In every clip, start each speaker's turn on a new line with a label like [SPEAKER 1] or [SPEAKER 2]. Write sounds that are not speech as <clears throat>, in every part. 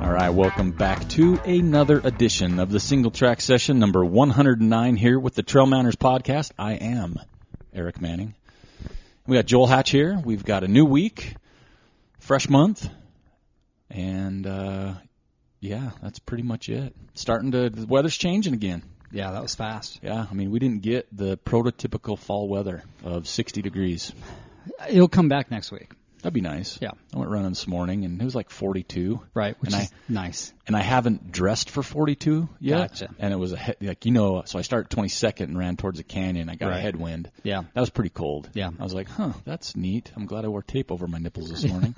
[SPEAKER 1] right, welcome back to another edition of the single track session number 109 here with the Trail Mounters podcast. I am Eric Manning. We got Joel Hatch here. We've got a new week, fresh month, and uh, yeah, that's pretty much it. Starting to the weather's changing again.
[SPEAKER 2] Yeah, that was fast.
[SPEAKER 1] Yeah, I mean we didn't get the prototypical fall weather of 60 degrees.
[SPEAKER 2] He'll come back next week.
[SPEAKER 1] That'd be nice.
[SPEAKER 2] Yeah.
[SPEAKER 1] I went running this morning and it was like 42.
[SPEAKER 2] Right, which
[SPEAKER 1] And
[SPEAKER 2] is nice.
[SPEAKER 1] and I haven't dressed for 42 yet.
[SPEAKER 2] Gotcha.
[SPEAKER 1] And it was a he- like you know, so I started 22nd and ran towards the canyon. I got a
[SPEAKER 2] Right.
[SPEAKER 1] headwind.
[SPEAKER 2] Yeah.
[SPEAKER 1] That was pretty cold.
[SPEAKER 2] Yeah.
[SPEAKER 1] I was like, huh, that's neat. I'm glad I wore tape over my nipples this
[SPEAKER 2] <laughs>
[SPEAKER 1] morning.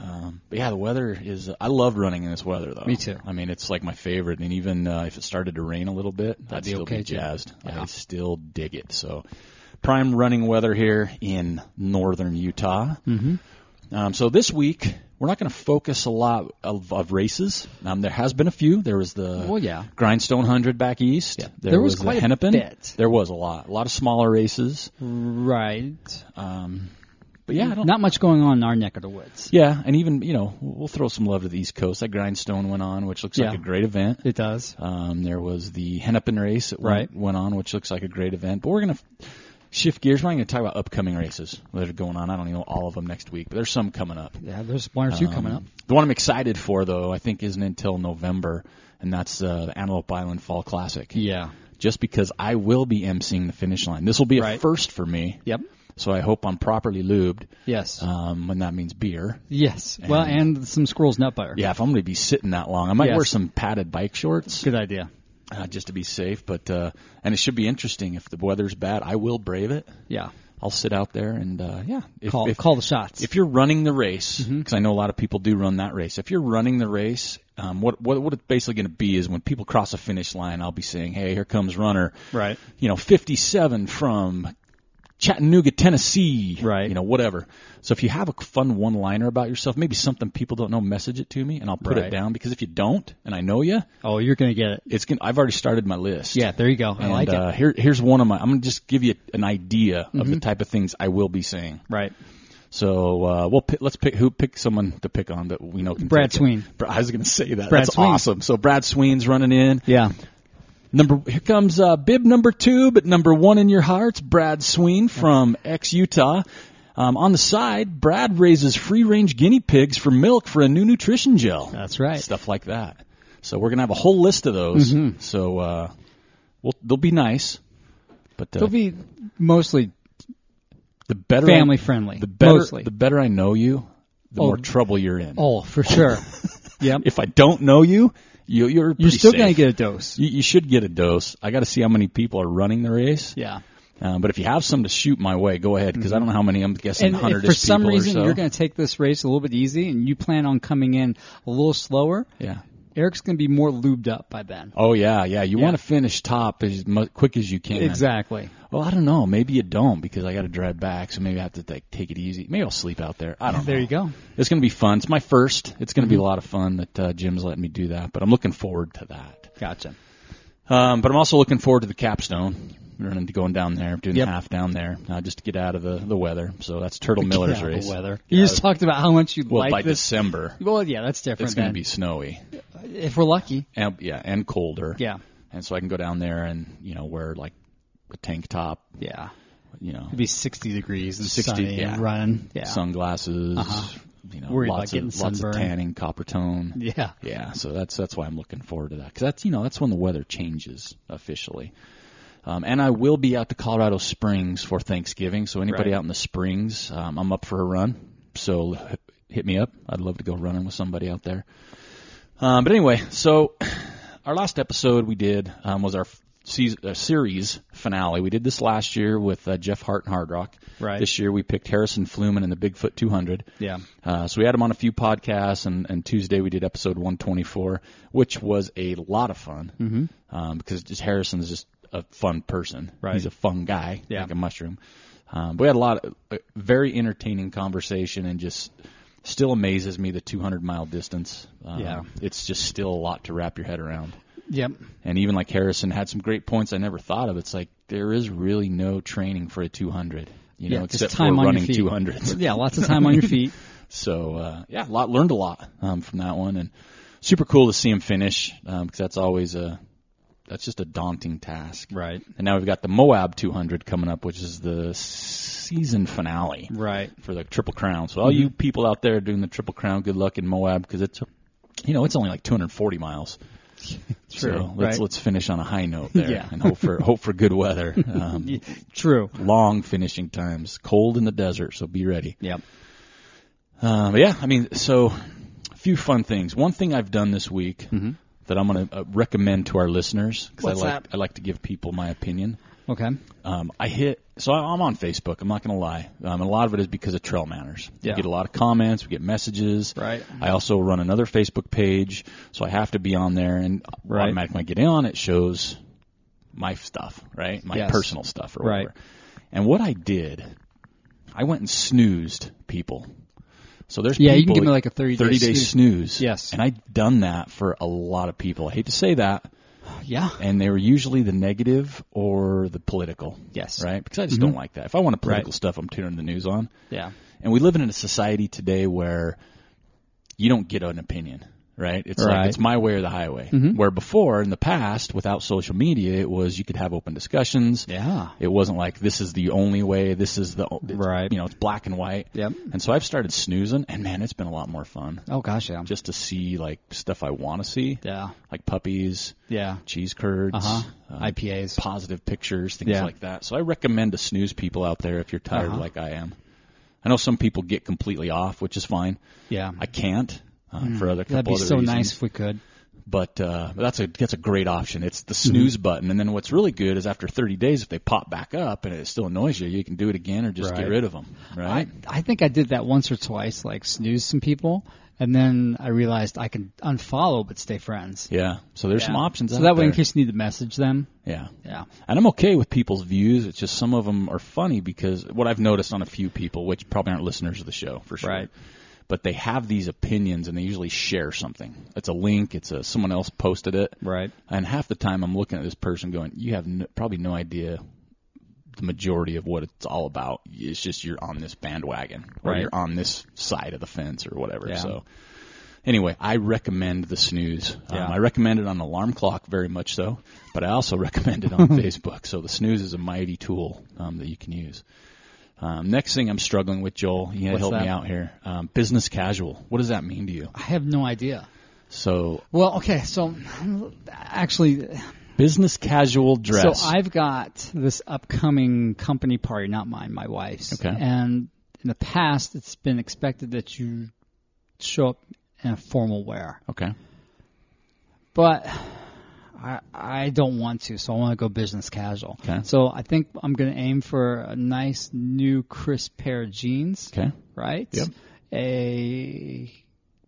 [SPEAKER 1] um, but yeah, the weather is. I love running in this weather though.
[SPEAKER 2] Me too.
[SPEAKER 1] I mean, it's like my favorite. And even uh, if it started to rain a little bit, I'd
[SPEAKER 2] be
[SPEAKER 1] still
[SPEAKER 2] okay,
[SPEAKER 1] be
[SPEAKER 2] too.
[SPEAKER 1] jazzed.
[SPEAKER 2] Yeah.
[SPEAKER 1] I still dig it. So, prime running weather here in northern Utah. Mm-hmm. Um, so this week we're not going to focus a lot of, of races. Um, there has been a few. There was the
[SPEAKER 2] Well, Oh, yeah.
[SPEAKER 1] Grindstone Hundred back east. There,
[SPEAKER 2] There was
[SPEAKER 1] the
[SPEAKER 2] quite a
[SPEAKER 1] Hennepin.
[SPEAKER 2] bit.
[SPEAKER 1] There was a lot, a lot of smaller races.
[SPEAKER 2] Right.
[SPEAKER 1] Um, but yeah, I don't.
[SPEAKER 2] Not much going on in our neck of the woods.
[SPEAKER 1] yeah, and even you know we'll throw some love to the East Coast. That Grindstone went on, which looks
[SPEAKER 2] Yeah.
[SPEAKER 1] like a great event.
[SPEAKER 2] It does.
[SPEAKER 1] Um, there was the Hennepin race that
[SPEAKER 2] Right.
[SPEAKER 1] went, went on, which looks like a great event. But we're going to shift gears. We're not going to talk about upcoming races that are going on. I don't know all of them next week, but there's some coming up.
[SPEAKER 2] Yeah, there's one or two coming up.
[SPEAKER 1] Um, The one I'm excited for, though, I think isn't until November, and that's uh, the Antelope Island Fall Classic.
[SPEAKER 2] Yeah.
[SPEAKER 1] Just because I will be emceeing the finish line. This will be a
[SPEAKER 2] Right.
[SPEAKER 1] first for me.
[SPEAKER 2] Yep.
[SPEAKER 1] So I hope I'm properly lubed,
[SPEAKER 2] Yes.
[SPEAKER 1] um, and that means beer.
[SPEAKER 2] Uh, yes. well, and some squirrels nut butter.
[SPEAKER 1] Yeah, if I'm going to be sitting that long, I might
[SPEAKER 2] Yes.
[SPEAKER 1] wear some padded bike shorts
[SPEAKER 2] Good idea.
[SPEAKER 1] uh, just to be safe. But uh, and it should be interesting if the weather's bad. I will brave it.
[SPEAKER 2] Yeah.
[SPEAKER 1] I'll sit out there and uh, yeah. If,
[SPEAKER 2] Call
[SPEAKER 1] if,
[SPEAKER 2] call the shots.
[SPEAKER 1] if you're running the race,
[SPEAKER 2] Mm-hmm.
[SPEAKER 1] because I know a lot of people do run that race. If you're running the race, um, what what what it's basically going to be is when people cross a finish line, I'll be saying, "Hey, here comes runner,
[SPEAKER 2] Right.
[SPEAKER 1] you know, 57 from Chattanooga, Tennessee,
[SPEAKER 2] Right.
[SPEAKER 1] You know, whatever. So if you have a fun one-liner about yourself, maybe something people don't know, message it to me, and I'll put it
[SPEAKER 2] Right.
[SPEAKER 1] down. Because if you don't, and I know you,
[SPEAKER 2] Oh, you're gonna get it.
[SPEAKER 1] it's gonna, I've already started my list.
[SPEAKER 2] Yeah. There you go. I
[SPEAKER 1] And,
[SPEAKER 2] like
[SPEAKER 1] uh,
[SPEAKER 2] it.
[SPEAKER 1] Here, here's one of my. I'm gonna just give you an idea of
[SPEAKER 2] Mm-hmm.
[SPEAKER 1] the type of things I will be saying.
[SPEAKER 2] Right.
[SPEAKER 1] So uh, we'll pick, let's pick who pick someone to pick on that we know. Can
[SPEAKER 2] Brad
[SPEAKER 1] take it.
[SPEAKER 2] Sween.
[SPEAKER 1] Bra- I was going to say that.
[SPEAKER 2] Brad
[SPEAKER 1] That's
[SPEAKER 2] Sween.
[SPEAKER 1] awesome. So Brad Sween's running in.
[SPEAKER 2] Yeah.
[SPEAKER 1] Number here comes uh, bib number two, but number one in your hearts, Brad Sween from ex Utah. Um, on the side, Brad raises free range guinea pigs for milk for a new nutrition gel.
[SPEAKER 2] That's right. Mm-hmm.
[SPEAKER 1] Stuff like that. So we're gonna have a whole list of those. So uh, we'll, they'll be nice, but uh,
[SPEAKER 2] It'll be mostly
[SPEAKER 1] the better I-
[SPEAKER 2] family friendly.
[SPEAKER 1] the better
[SPEAKER 2] mostly.
[SPEAKER 1] the better I know you, the
[SPEAKER 2] Oh.
[SPEAKER 1] more trouble you're in.
[SPEAKER 2] oh, for <laughs> sure. yep.
[SPEAKER 1] If I don't know you, you you're
[SPEAKER 2] You're
[SPEAKER 1] pretty
[SPEAKER 2] still
[SPEAKER 1] safe.
[SPEAKER 2] gonna get a dose.
[SPEAKER 1] You, you should get a dose. I got to see how many people are running the race.
[SPEAKER 2] Yeah. Mm-hmm.
[SPEAKER 1] Um, but if you have some to shoot my way, go ahead because I don't know how many. I'm guessing
[SPEAKER 2] And
[SPEAKER 1] hundred.
[SPEAKER 2] if for some
[SPEAKER 1] people
[SPEAKER 2] reason
[SPEAKER 1] or so.
[SPEAKER 2] you're going to take this race a little bit easy and you plan on coming in a little slower,
[SPEAKER 1] yeah.
[SPEAKER 2] Eric's going to be more lubed up by then.
[SPEAKER 1] Oh yeah, yeah. You want to finish top as mu- quick as you can.
[SPEAKER 2] Exactly.
[SPEAKER 1] Well, I don't know. Maybe you don't because I got to drive back, so maybe I have to like take it easy. Maybe I'll sleep out there. I don't know.
[SPEAKER 2] There you go. Mm-hmm.
[SPEAKER 1] It's going to be fun. It's my first. It's going to be a lot of fun that uh, Jim's letting me do that, but I'm looking forward to that.
[SPEAKER 2] Gotcha.
[SPEAKER 1] Um, but I'm also looking forward to the capstone. Running going down there, doing
[SPEAKER 2] Yep.
[SPEAKER 1] the half down there, uh, just to get out of the, the weather. So that's Turtle Miller's
[SPEAKER 2] Yeah, the
[SPEAKER 1] race.
[SPEAKER 2] weather.
[SPEAKER 1] Yeah,
[SPEAKER 2] You just talked about how much you
[SPEAKER 1] well,
[SPEAKER 2] like
[SPEAKER 1] by
[SPEAKER 2] this.
[SPEAKER 1] December,
[SPEAKER 2] Well, yeah, that's different.
[SPEAKER 1] it's going to
[SPEAKER 2] then.
[SPEAKER 1] be snowy.
[SPEAKER 2] if we're lucky.
[SPEAKER 1] And, yeah, and colder.
[SPEAKER 2] Yeah.
[SPEAKER 1] And so I can go down there and you know wear like a tank top,
[SPEAKER 2] Yeah.
[SPEAKER 1] you know,
[SPEAKER 2] It'd be 60 degrees and
[SPEAKER 1] 60,
[SPEAKER 2] sunny
[SPEAKER 1] yeah.
[SPEAKER 2] and running. Yeah. Uh-huh.
[SPEAKER 1] sunglasses, you know,
[SPEAKER 2] Worried about
[SPEAKER 1] lots
[SPEAKER 2] getting
[SPEAKER 1] of lots of
[SPEAKER 2] sunburned.
[SPEAKER 1] tanning, copper tone.
[SPEAKER 2] Yeah.
[SPEAKER 1] Yeah, so that's that's why I'm looking forward to that because that's you know that's when the weather changes officially. Um, and I will be out to Colorado Springs for Thanksgiving. So anybody
[SPEAKER 2] Right.
[SPEAKER 1] out in the Springs, um, I'm up for a run. So h- hit me up. I'd love to go running with somebody out there. Um, but anyway, so our last episode we did um, was our f- season, uh, series finale. We did this last year with uh, Jeff Hart and Hard Rock.
[SPEAKER 2] Right.
[SPEAKER 1] This year we picked Harrison Fluman and the Bigfoot 200.
[SPEAKER 2] Yeah.
[SPEAKER 1] Uh, so we had him on a few podcasts, and, and Tuesday we did episode 124, which was a lot of fun mm-hmm. um, because just Harrison is just a fun person.
[SPEAKER 2] Right.
[SPEAKER 1] He's a fun guy,
[SPEAKER 2] Yeah.
[SPEAKER 1] like a mushroom. Um, but we had a lot of a very entertaining conversation, and just still amazes me the 200 mile distance. Um,
[SPEAKER 2] Yeah.
[SPEAKER 1] it's just still a lot to wrap your head around.
[SPEAKER 2] Yep.
[SPEAKER 1] And even like Harrison had some great points I never thought of. It's like there is really no training for a 200, you
[SPEAKER 2] yeah.
[SPEAKER 1] know,
[SPEAKER 2] Just
[SPEAKER 1] except
[SPEAKER 2] time
[SPEAKER 1] for
[SPEAKER 2] on
[SPEAKER 1] running
[SPEAKER 2] your feet.
[SPEAKER 1] 200s. <laughs>
[SPEAKER 2] Yeah. Lots of time on your feet.
[SPEAKER 1] So uh, yeah, a lot learned a lot um, from that one, and super cool to see him finish because that's always a that's just a daunting task.
[SPEAKER 2] Right.
[SPEAKER 1] And now we've got the Moab 200 coming up, which is the season finale
[SPEAKER 2] Right. Mm-hmm.
[SPEAKER 1] for the Triple Crown. So all you people out there doing the Triple Crown, good luck in Moab because it's you know it's only like 240 miles.
[SPEAKER 2] <laughs> True.
[SPEAKER 1] So let's
[SPEAKER 2] right.
[SPEAKER 1] let's finish on a high
[SPEAKER 2] <laughs>
[SPEAKER 1] note there
[SPEAKER 2] Yeah.
[SPEAKER 1] and hope for hope for good weather.
[SPEAKER 2] <laughs>
[SPEAKER 1] Um,
[SPEAKER 2] Y- True.
[SPEAKER 1] Long finishing times, cold in the desert, so be ready.
[SPEAKER 2] Yep.
[SPEAKER 1] Um, but yeah, I mean, so a few fun things. One thing I've done this week that I'm going to uh, recommend to our listeners because
[SPEAKER 2] What's
[SPEAKER 1] I like
[SPEAKER 2] that?
[SPEAKER 1] I like to give people my opinion.
[SPEAKER 2] Okay.
[SPEAKER 1] Um, I hit so I- I'm on Facebook. I'm not going to lie. Um, and a lot of it is because of Trail Manners.
[SPEAKER 2] Yeah.
[SPEAKER 1] We get a lot of comments. We get messages.
[SPEAKER 2] Right.
[SPEAKER 1] I also run another Facebook page, so I have to be on there. And
[SPEAKER 2] Right.
[SPEAKER 1] automatically when I get on, it shows my stuff, right? My
[SPEAKER 2] Yes.
[SPEAKER 1] personal stuff or
[SPEAKER 2] Right.
[SPEAKER 1] whatever. And what I did, I went and snoozed people. So there's
[SPEAKER 2] Yeah,
[SPEAKER 1] people
[SPEAKER 2] you can give me like a 30 day
[SPEAKER 1] 30 day
[SPEAKER 2] snooze.
[SPEAKER 1] snooze.
[SPEAKER 2] Yes.
[SPEAKER 1] And I've done that for a lot of people. I hate to say that,
[SPEAKER 2] Yeah.
[SPEAKER 1] and they were usually the negative or the political.
[SPEAKER 2] Yes. Mm-hmm.
[SPEAKER 1] Right? Because I just don't like that. If I want a political
[SPEAKER 2] Right.
[SPEAKER 1] stuff, I'm tuning the news on.
[SPEAKER 2] Yeah.
[SPEAKER 1] And we live in a society today where you don't get an opinion, right? It's like
[SPEAKER 2] Right. Mm-hmm.
[SPEAKER 1] it's my way or the highway. Where before, in the past, without social media, it was you could have open discussions.
[SPEAKER 2] Yeah.
[SPEAKER 1] It wasn't like this is the only way. This is the o- it's,
[SPEAKER 2] Right.
[SPEAKER 1] You know, it's black and white.
[SPEAKER 2] Yep.
[SPEAKER 1] And so I've started snoozing, and man, it's been a lot more fun
[SPEAKER 2] Oh gosh, yeah.
[SPEAKER 1] just to see like stuff I want to see,
[SPEAKER 2] yeah.
[SPEAKER 1] like puppies,
[SPEAKER 2] Yeah.
[SPEAKER 1] cheese curds,
[SPEAKER 2] Uh-huh.
[SPEAKER 1] um,
[SPEAKER 2] IPAs.
[SPEAKER 1] positive pictures, things
[SPEAKER 2] Yeah.
[SPEAKER 1] like that. So I recommend to snooze people out there if you're tired
[SPEAKER 2] Uh-huh.
[SPEAKER 1] like I am. I know some people get completely off, which is fine.
[SPEAKER 2] Yeah.
[SPEAKER 1] I can't uh, for other couple
[SPEAKER 2] Hmm. That'd be
[SPEAKER 1] other
[SPEAKER 2] so
[SPEAKER 1] reasons.
[SPEAKER 2] nice if we could.
[SPEAKER 1] But uh, that's a that's a great option. It's the snooze
[SPEAKER 2] Mm-hmm.
[SPEAKER 1] button, and then what's really good is after 30 days, if they pop back up and it still annoys you, you can do it again or just get
[SPEAKER 2] Right.
[SPEAKER 1] rid of them. Right?
[SPEAKER 2] I, I think I did that once or twice, like snooze some people, and then I realized I can unfollow but stay friends.
[SPEAKER 1] yeah. So there's some
[SPEAKER 2] Yeah.
[SPEAKER 1] options.
[SPEAKER 2] So
[SPEAKER 1] out
[SPEAKER 2] that way, in
[SPEAKER 1] there.
[SPEAKER 2] case you need to message them.
[SPEAKER 1] yeah.
[SPEAKER 2] Yeah.
[SPEAKER 1] And I'm okay with people's views. It's just some of them are funny because what I've noticed on a few people, which probably aren't listeners of the show for sure,
[SPEAKER 2] Right.
[SPEAKER 1] but they have these opinions and they usually share something. It's a link. It's a someone else posted it.
[SPEAKER 2] Right.
[SPEAKER 1] And half the time I'm looking at this person going, "You have no, probably no idea the majority of what it's all about. It's just you're on this bandwagon or
[SPEAKER 2] Right.
[SPEAKER 1] you're on this side of the fence or whatever."
[SPEAKER 2] Yeah.
[SPEAKER 1] So. Anyway, I recommend the snooze.
[SPEAKER 2] Yeah.
[SPEAKER 1] Um, I recommend it on alarm clock very much so, but I also <laughs> recommend it
[SPEAKER 2] <laughs>
[SPEAKER 1] on Facebook. So the snooze is a mighty tool um, that you can use. Um, next thing I'm struggling with, Joel, you gotta
[SPEAKER 2] What's
[SPEAKER 1] help me
[SPEAKER 2] that?
[SPEAKER 1] out here. Um, business casual. What does that mean to you?
[SPEAKER 2] I have no idea.
[SPEAKER 1] So
[SPEAKER 2] Well, okay, so actually,
[SPEAKER 1] business casual dress.
[SPEAKER 2] so I've got this upcoming company party, not mine, my wife's.
[SPEAKER 1] Okay.
[SPEAKER 2] And in the past, it's been expected that you show up in a formal wear.
[SPEAKER 1] okay.
[SPEAKER 2] but I I don't want to, so I want to go business casual.
[SPEAKER 1] Okay.
[SPEAKER 2] So I think I'm gonna aim for a nice new crisp pair of jeans,
[SPEAKER 1] Okay.
[SPEAKER 2] right?
[SPEAKER 1] Yep.
[SPEAKER 2] A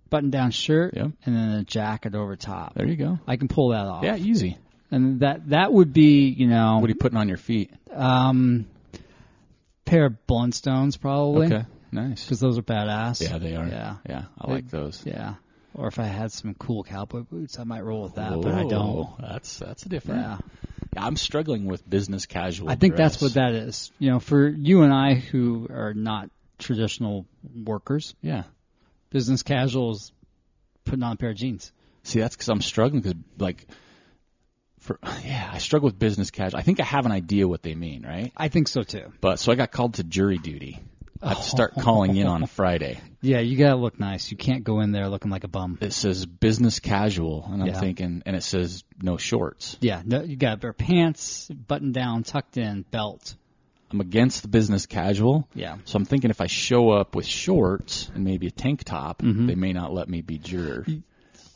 [SPEAKER 2] button-down shirt,
[SPEAKER 1] Yep.
[SPEAKER 2] and then a jacket over top.
[SPEAKER 1] There you go.
[SPEAKER 2] I can pull that off.
[SPEAKER 1] Yeah, easy.
[SPEAKER 2] And that that would be you know
[SPEAKER 1] What are you putting on your feet?
[SPEAKER 2] um pair of Blundstones probably
[SPEAKER 1] Okay. Nice.
[SPEAKER 2] because those are badass.
[SPEAKER 1] Yeah, they are.
[SPEAKER 2] Yeah.
[SPEAKER 1] Yeah, I like those.
[SPEAKER 2] Yeah. Or if I had some cool cowboy boots, I might roll with that, but I don't.
[SPEAKER 1] Whoa, That's that's different.
[SPEAKER 2] Yeah.
[SPEAKER 1] Yeah, I'm struggling with business casual.
[SPEAKER 2] I think that's
[SPEAKER 1] dress.
[SPEAKER 2] what that is. You know, for you and I who are not traditional workers,
[SPEAKER 1] Yeah.
[SPEAKER 2] business casuals putting on a pair of jeans.
[SPEAKER 1] See, that's because I'm struggling because like, for yeah, I struggle with business casual. I think I have an idea what they mean, right?
[SPEAKER 2] I think so too.
[SPEAKER 1] But so I got called to jury duty. I have to
[SPEAKER 2] <laughs>
[SPEAKER 1] start calling in on Friday.
[SPEAKER 2] Yeah, you gotta look nice. You can't go in there looking like a bum.
[SPEAKER 1] It says business casual, and I'm
[SPEAKER 2] Yeah.
[SPEAKER 1] thinking, and it says no shorts.
[SPEAKER 2] Yeah, no, you gotta wear pants, button down, tucked in, belt.
[SPEAKER 1] I'm against the business casual.
[SPEAKER 2] Yeah.
[SPEAKER 1] So I'm thinking if I show up with shorts and maybe a tank top, they may not let me be juror.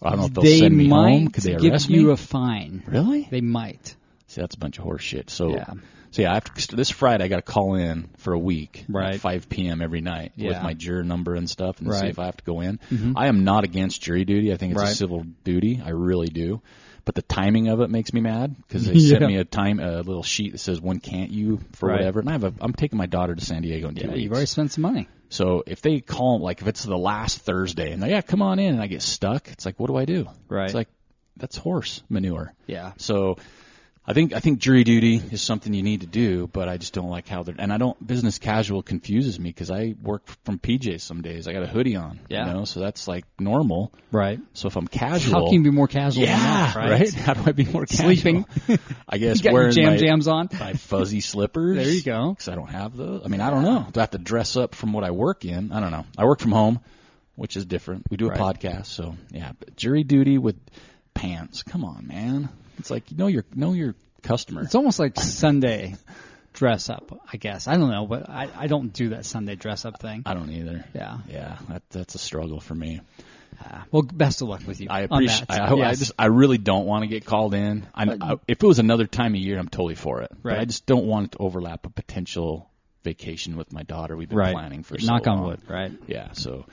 [SPEAKER 1] I don't know if they'll
[SPEAKER 2] Mm-hmm. they
[SPEAKER 1] send me
[SPEAKER 2] might
[SPEAKER 1] home. Could they
[SPEAKER 2] give
[SPEAKER 1] arrest
[SPEAKER 2] you
[SPEAKER 1] me?
[SPEAKER 2] a fine.
[SPEAKER 1] really?
[SPEAKER 2] They might.
[SPEAKER 1] See, that's a bunch of horse shit. So,
[SPEAKER 2] Yeah.
[SPEAKER 1] so yeah, I have to, this Friday I got to call in for a week,
[SPEAKER 2] Right.
[SPEAKER 1] at 5 p.m. every night with
[SPEAKER 2] Yeah.
[SPEAKER 1] my juror number and stuff, and see
[SPEAKER 2] Right. Mm-hmm.
[SPEAKER 1] if I have to go in. I am not against jury duty. I think it's a
[SPEAKER 2] Right.
[SPEAKER 1] civil duty. I really do. But the timing of it makes me mad because
[SPEAKER 2] <laughs>
[SPEAKER 1] they
[SPEAKER 2] Yeah.
[SPEAKER 1] sent me a time a little sheet that says when can't you for
[SPEAKER 2] Right.
[SPEAKER 1] whatever, and I have a, I'm taking my daughter to San Diego in two
[SPEAKER 2] Yeah,
[SPEAKER 1] weeks.
[SPEAKER 2] you've already spent some money.
[SPEAKER 1] So if they call, like if it's the last Thursday and they yeah, come on in and I get stuck, it's like, what do I do?
[SPEAKER 2] Right.
[SPEAKER 1] It's like, that's horse manure.
[SPEAKER 2] Yeah.
[SPEAKER 1] So I think I think jury duty is something you need to do, but I just don't like how they're. And I don't business casual confuses me because I work from PJs some days. I got a hoodie on,
[SPEAKER 2] Yeah.
[SPEAKER 1] you know, so that's like normal.
[SPEAKER 2] Right.
[SPEAKER 1] So if I'm casual,
[SPEAKER 2] How can you be more casual
[SPEAKER 1] yeah,
[SPEAKER 2] than that,
[SPEAKER 1] <laughs>
[SPEAKER 2] right?
[SPEAKER 1] How do I be more casual?
[SPEAKER 2] Sleeping.
[SPEAKER 1] I
[SPEAKER 2] You
[SPEAKER 1] guess
[SPEAKER 2] got your
[SPEAKER 1] wearing
[SPEAKER 2] jam
[SPEAKER 1] my,
[SPEAKER 2] jams on.
[SPEAKER 1] my
[SPEAKER 2] <laughs>
[SPEAKER 1] fuzzy slippers.
[SPEAKER 2] There you go.
[SPEAKER 1] Because I don't have those. I mean, I don't know. Do I have to dress up from what I work in? I don't know. I work from home, which is different. We do a
[SPEAKER 2] Right.
[SPEAKER 1] podcast, so yeah. But jury duty with pants. Come on, man. It's like know your know your customer.
[SPEAKER 2] It's almost like Sunday dress up, I guess. I don't know, but I, I don't do that Sunday dress up thing.
[SPEAKER 1] I don't either.
[SPEAKER 2] Yeah.
[SPEAKER 1] Yeah, that, that's a struggle for me.
[SPEAKER 2] Ah, Well, best of luck with you.
[SPEAKER 1] I
[SPEAKER 2] on
[SPEAKER 1] appreciate.
[SPEAKER 2] that.
[SPEAKER 1] I, hope- I
[SPEAKER 2] Yes.
[SPEAKER 1] just. I really don't want to get called in. I, I, if it was another time of year, I'm totally for it. But I
[SPEAKER 2] Right.
[SPEAKER 1] just don't want it to overlap a potential vacation with my daughter. We've been
[SPEAKER 2] right.
[SPEAKER 1] planning for
[SPEAKER 2] knock
[SPEAKER 1] so
[SPEAKER 2] on
[SPEAKER 1] long.
[SPEAKER 2] wood, right?
[SPEAKER 1] Yeah. So,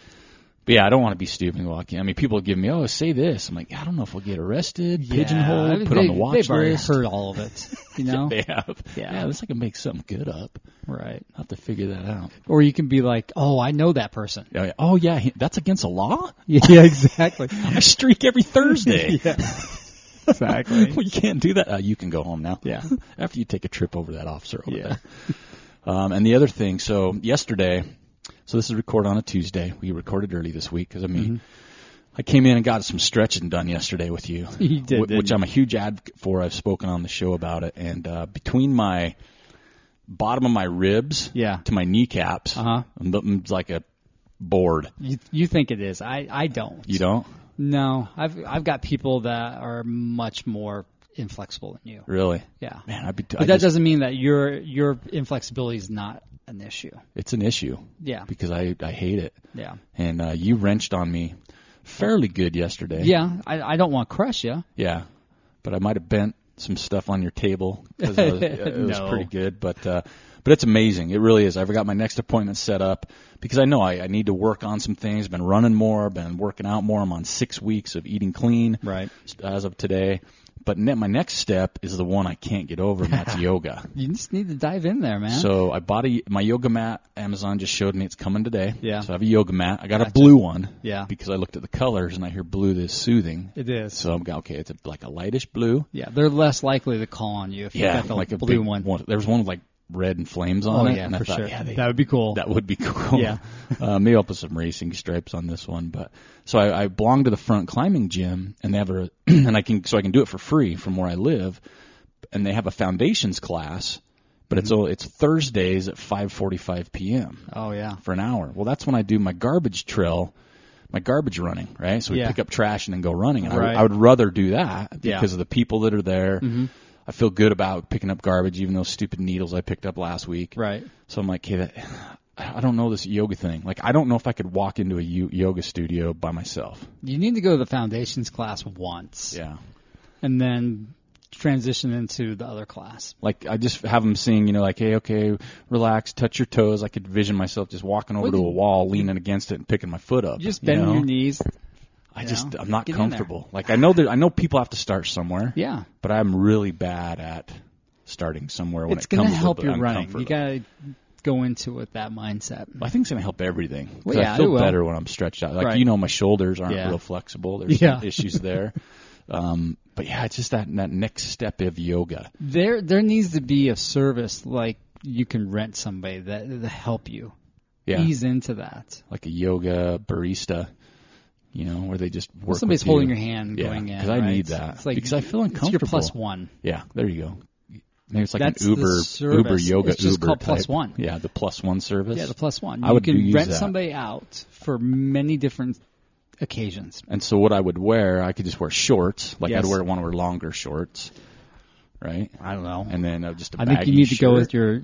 [SPEAKER 1] but yeah, I don't want to be stupid and walk in. I mean, people give me, oh, say this. I'm like, I don't know if we'll get arrested,
[SPEAKER 2] Yeah,
[SPEAKER 1] pigeonholed, put
[SPEAKER 2] they,
[SPEAKER 1] on the watch
[SPEAKER 2] They've already
[SPEAKER 1] list.
[SPEAKER 2] heard all of it,
[SPEAKER 1] <laughs>
[SPEAKER 2] you know?
[SPEAKER 1] They have.
[SPEAKER 2] Yeah.
[SPEAKER 1] yeah. This I can make something good up.
[SPEAKER 2] right.
[SPEAKER 1] I'll have to figure that out.
[SPEAKER 2] Or you can be like, "Oh, I know that person." <laughs>
[SPEAKER 1] Oh yeah. Oh yeah. he- That's against the law. <laughs>
[SPEAKER 2] Yeah, exactly.
[SPEAKER 1] I streak every Thursday.
[SPEAKER 2] <laughs>
[SPEAKER 1] <laughs>
[SPEAKER 2] yeah. Exactly.
[SPEAKER 1] Well, you can't do that. Uh, you can go home now.
[SPEAKER 2] Yeah.
[SPEAKER 1] After you take a trip over that officer over
[SPEAKER 2] Yeah.
[SPEAKER 1] there. Um, and the other thing, so yesterday, so this is recorded on a Tuesday. We recorded early this week because I
[SPEAKER 2] Mm-hmm.
[SPEAKER 1] mean, I came in and got some stretching done yesterday with you,
[SPEAKER 2] <laughs> You did,
[SPEAKER 1] wh-
[SPEAKER 2] didn't
[SPEAKER 1] which
[SPEAKER 2] you?
[SPEAKER 1] I'm a huge advocate for. I've spoken on the show about it, and uh, between my bottom of my ribs,
[SPEAKER 2] Yeah.
[SPEAKER 1] to my kneecaps,
[SPEAKER 2] Uh-huh.
[SPEAKER 1] I'm, I'm like a board.
[SPEAKER 2] You, you think it is? I I don't.
[SPEAKER 1] You don't
[SPEAKER 2] No, I've I've got people that are much more inflexible than you.
[SPEAKER 1] really,
[SPEAKER 2] Yeah.
[SPEAKER 1] man. I'd be. I
[SPEAKER 2] But that
[SPEAKER 1] just-
[SPEAKER 2] doesn't mean that your your inflexibility is not an issue.
[SPEAKER 1] it's an issue
[SPEAKER 2] Yeah.
[SPEAKER 1] because I I hate it.
[SPEAKER 2] Yeah.
[SPEAKER 1] and uh, you wrenched on me fairly good yesterday.
[SPEAKER 2] Yeah. I, I don't want to crush you.
[SPEAKER 1] yeah, but I might have bent some stuff on your table because it
[SPEAKER 2] <laughs>
[SPEAKER 1] was, it was
[SPEAKER 2] No.
[SPEAKER 1] pretty good. But uh, but it's amazing. It really is. I've got my next appointment set up because I know I, I need to work on some things. Been running more. Been working out more. I'm on six weeks of eating clean
[SPEAKER 2] Right.
[SPEAKER 1] as of today. But ne- my next step is the one I can't get over, and
[SPEAKER 2] <laughs>
[SPEAKER 1] that's yoga.
[SPEAKER 2] You just need to dive in there, man.
[SPEAKER 1] So I bought a, my yoga mat. Amazon just showed me it's coming today.
[SPEAKER 2] Yeah.
[SPEAKER 1] So I have a yoga mat. I got a blue one.
[SPEAKER 2] Yeah.
[SPEAKER 1] Because I looked at the colors and I hear blue is soothing.
[SPEAKER 2] it is.
[SPEAKER 1] So I'm going, okay, it's a, like a lightish blue.
[SPEAKER 2] yeah, they're less likely to call on you if you
[SPEAKER 1] Yeah.
[SPEAKER 2] got the
[SPEAKER 1] like a
[SPEAKER 2] blue
[SPEAKER 1] big
[SPEAKER 2] one.
[SPEAKER 1] There was one with like red and flames
[SPEAKER 2] Oh
[SPEAKER 1] on it.
[SPEAKER 2] yeah,
[SPEAKER 1] and I
[SPEAKER 2] for
[SPEAKER 1] thought,
[SPEAKER 2] sure.
[SPEAKER 1] Yeah, they,
[SPEAKER 2] that would be cool.
[SPEAKER 1] that would be <laughs> cool.
[SPEAKER 2] Yeah.
[SPEAKER 1] uh, maybe I'll put some racing stripes on this one. But so I, I belong to the front climbing gym, and they have a <clears throat> and I can so I can do it for free from where I live, and they have a foundations class, but it's
[SPEAKER 2] Mm-hmm.
[SPEAKER 1] all it's Thursdays at 5:45 p.m.
[SPEAKER 2] oh yeah.
[SPEAKER 1] for an hour. Well, that's when I do my garbage trail. My garbage running, right? So we
[SPEAKER 2] Yeah.
[SPEAKER 1] pick up trash and then go running. And
[SPEAKER 2] Right.
[SPEAKER 1] I, I would rather do that
[SPEAKER 2] Yeah. Mm-hmm.
[SPEAKER 1] because of the people that are there. I feel good about picking up garbage, even those stupid needles I picked up last week.
[SPEAKER 2] Right.
[SPEAKER 1] So I'm like, hey, that, I don't know this yoga thing. Like, I don't know if I could walk into a yo- yoga studio by myself.
[SPEAKER 2] You need to go to the foundations class once,
[SPEAKER 1] Yeah.
[SPEAKER 2] and then transition into the other class.
[SPEAKER 1] Like, I just have them sing, you know, like, hey, okay, relax, touch your toes. I could vision myself just walking over
[SPEAKER 2] Well,
[SPEAKER 1] to
[SPEAKER 2] you-
[SPEAKER 1] a wall, leaning against it, and picking my foot up.
[SPEAKER 2] You just
[SPEAKER 1] you
[SPEAKER 2] bend
[SPEAKER 1] know?
[SPEAKER 2] your knees.
[SPEAKER 1] I
[SPEAKER 2] you
[SPEAKER 1] just,
[SPEAKER 2] know?
[SPEAKER 1] I'm not
[SPEAKER 2] Get in there.
[SPEAKER 1] comfortable. Like, I know that I know people have to start somewhere,
[SPEAKER 2] Yeah.
[SPEAKER 1] but I'm really bad at starting somewhere when
[SPEAKER 2] it's
[SPEAKER 1] it comes
[SPEAKER 2] gonna
[SPEAKER 1] to
[SPEAKER 2] help
[SPEAKER 1] the
[SPEAKER 2] your running. You
[SPEAKER 1] uncomfortable.
[SPEAKER 2] gotta go into it with that mindset.
[SPEAKER 1] I think it's going to help everything. 'Cause
[SPEAKER 2] Well, yeah,
[SPEAKER 1] I
[SPEAKER 2] it
[SPEAKER 1] feel
[SPEAKER 2] will.
[SPEAKER 1] better when I'm stretched out. Like
[SPEAKER 2] Right.
[SPEAKER 1] you know, my shoulders aren't
[SPEAKER 2] Yeah.
[SPEAKER 1] real flexible. There's
[SPEAKER 2] <laughs> Yeah.
[SPEAKER 1] some issues there. Um, but yeah, it's just that that next step of yoga.
[SPEAKER 2] There, there needs to be a service like you can rent somebody that to help you
[SPEAKER 1] Yeah,
[SPEAKER 2] ease into that.
[SPEAKER 1] like a yoga barista. You know, where they just work. with
[SPEAKER 2] Somebody's
[SPEAKER 1] you.
[SPEAKER 2] holding your hand
[SPEAKER 1] Yeah,
[SPEAKER 2] going in.
[SPEAKER 1] 'cause I
[SPEAKER 2] right?
[SPEAKER 1] need that.
[SPEAKER 2] It's like
[SPEAKER 1] Because I feel
[SPEAKER 2] it's your plus
[SPEAKER 1] uncomfortable.
[SPEAKER 2] one.
[SPEAKER 1] Yeah, there you go. Maybe it's like
[SPEAKER 2] That's the
[SPEAKER 1] an Uber
[SPEAKER 2] service.
[SPEAKER 1] Uber yoga
[SPEAKER 2] It's just
[SPEAKER 1] Uber
[SPEAKER 2] called
[SPEAKER 1] type.
[SPEAKER 2] Plus One.
[SPEAKER 1] Yeah, the plus one service.
[SPEAKER 2] Yeah, the plus one.
[SPEAKER 1] I
[SPEAKER 2] You
[SPEAKER 1] would
[SPEAKER 2] can
[SPEAKER 1] use
[SPEAKER 2] rent
[SPEAKER 1] that.
[SPEAKER 2] somebody out for many different occasions.
[SPEAKER 1] and so what I would wear, I could just wear shorts. Like
[SPEAKER 2] Yes.
[SPEAKER 1] I'd wear one of her longer shorts, right?
[SPEAKER 2] I don't know.
[SPEAKER 1] And then uh, just a
[SPEAKER 2] I think
[SPEAKER 1] baggy
[SPEAKER 2] you need to go
[SPEAKER 1] shirt.
[SPEAKER 2] with your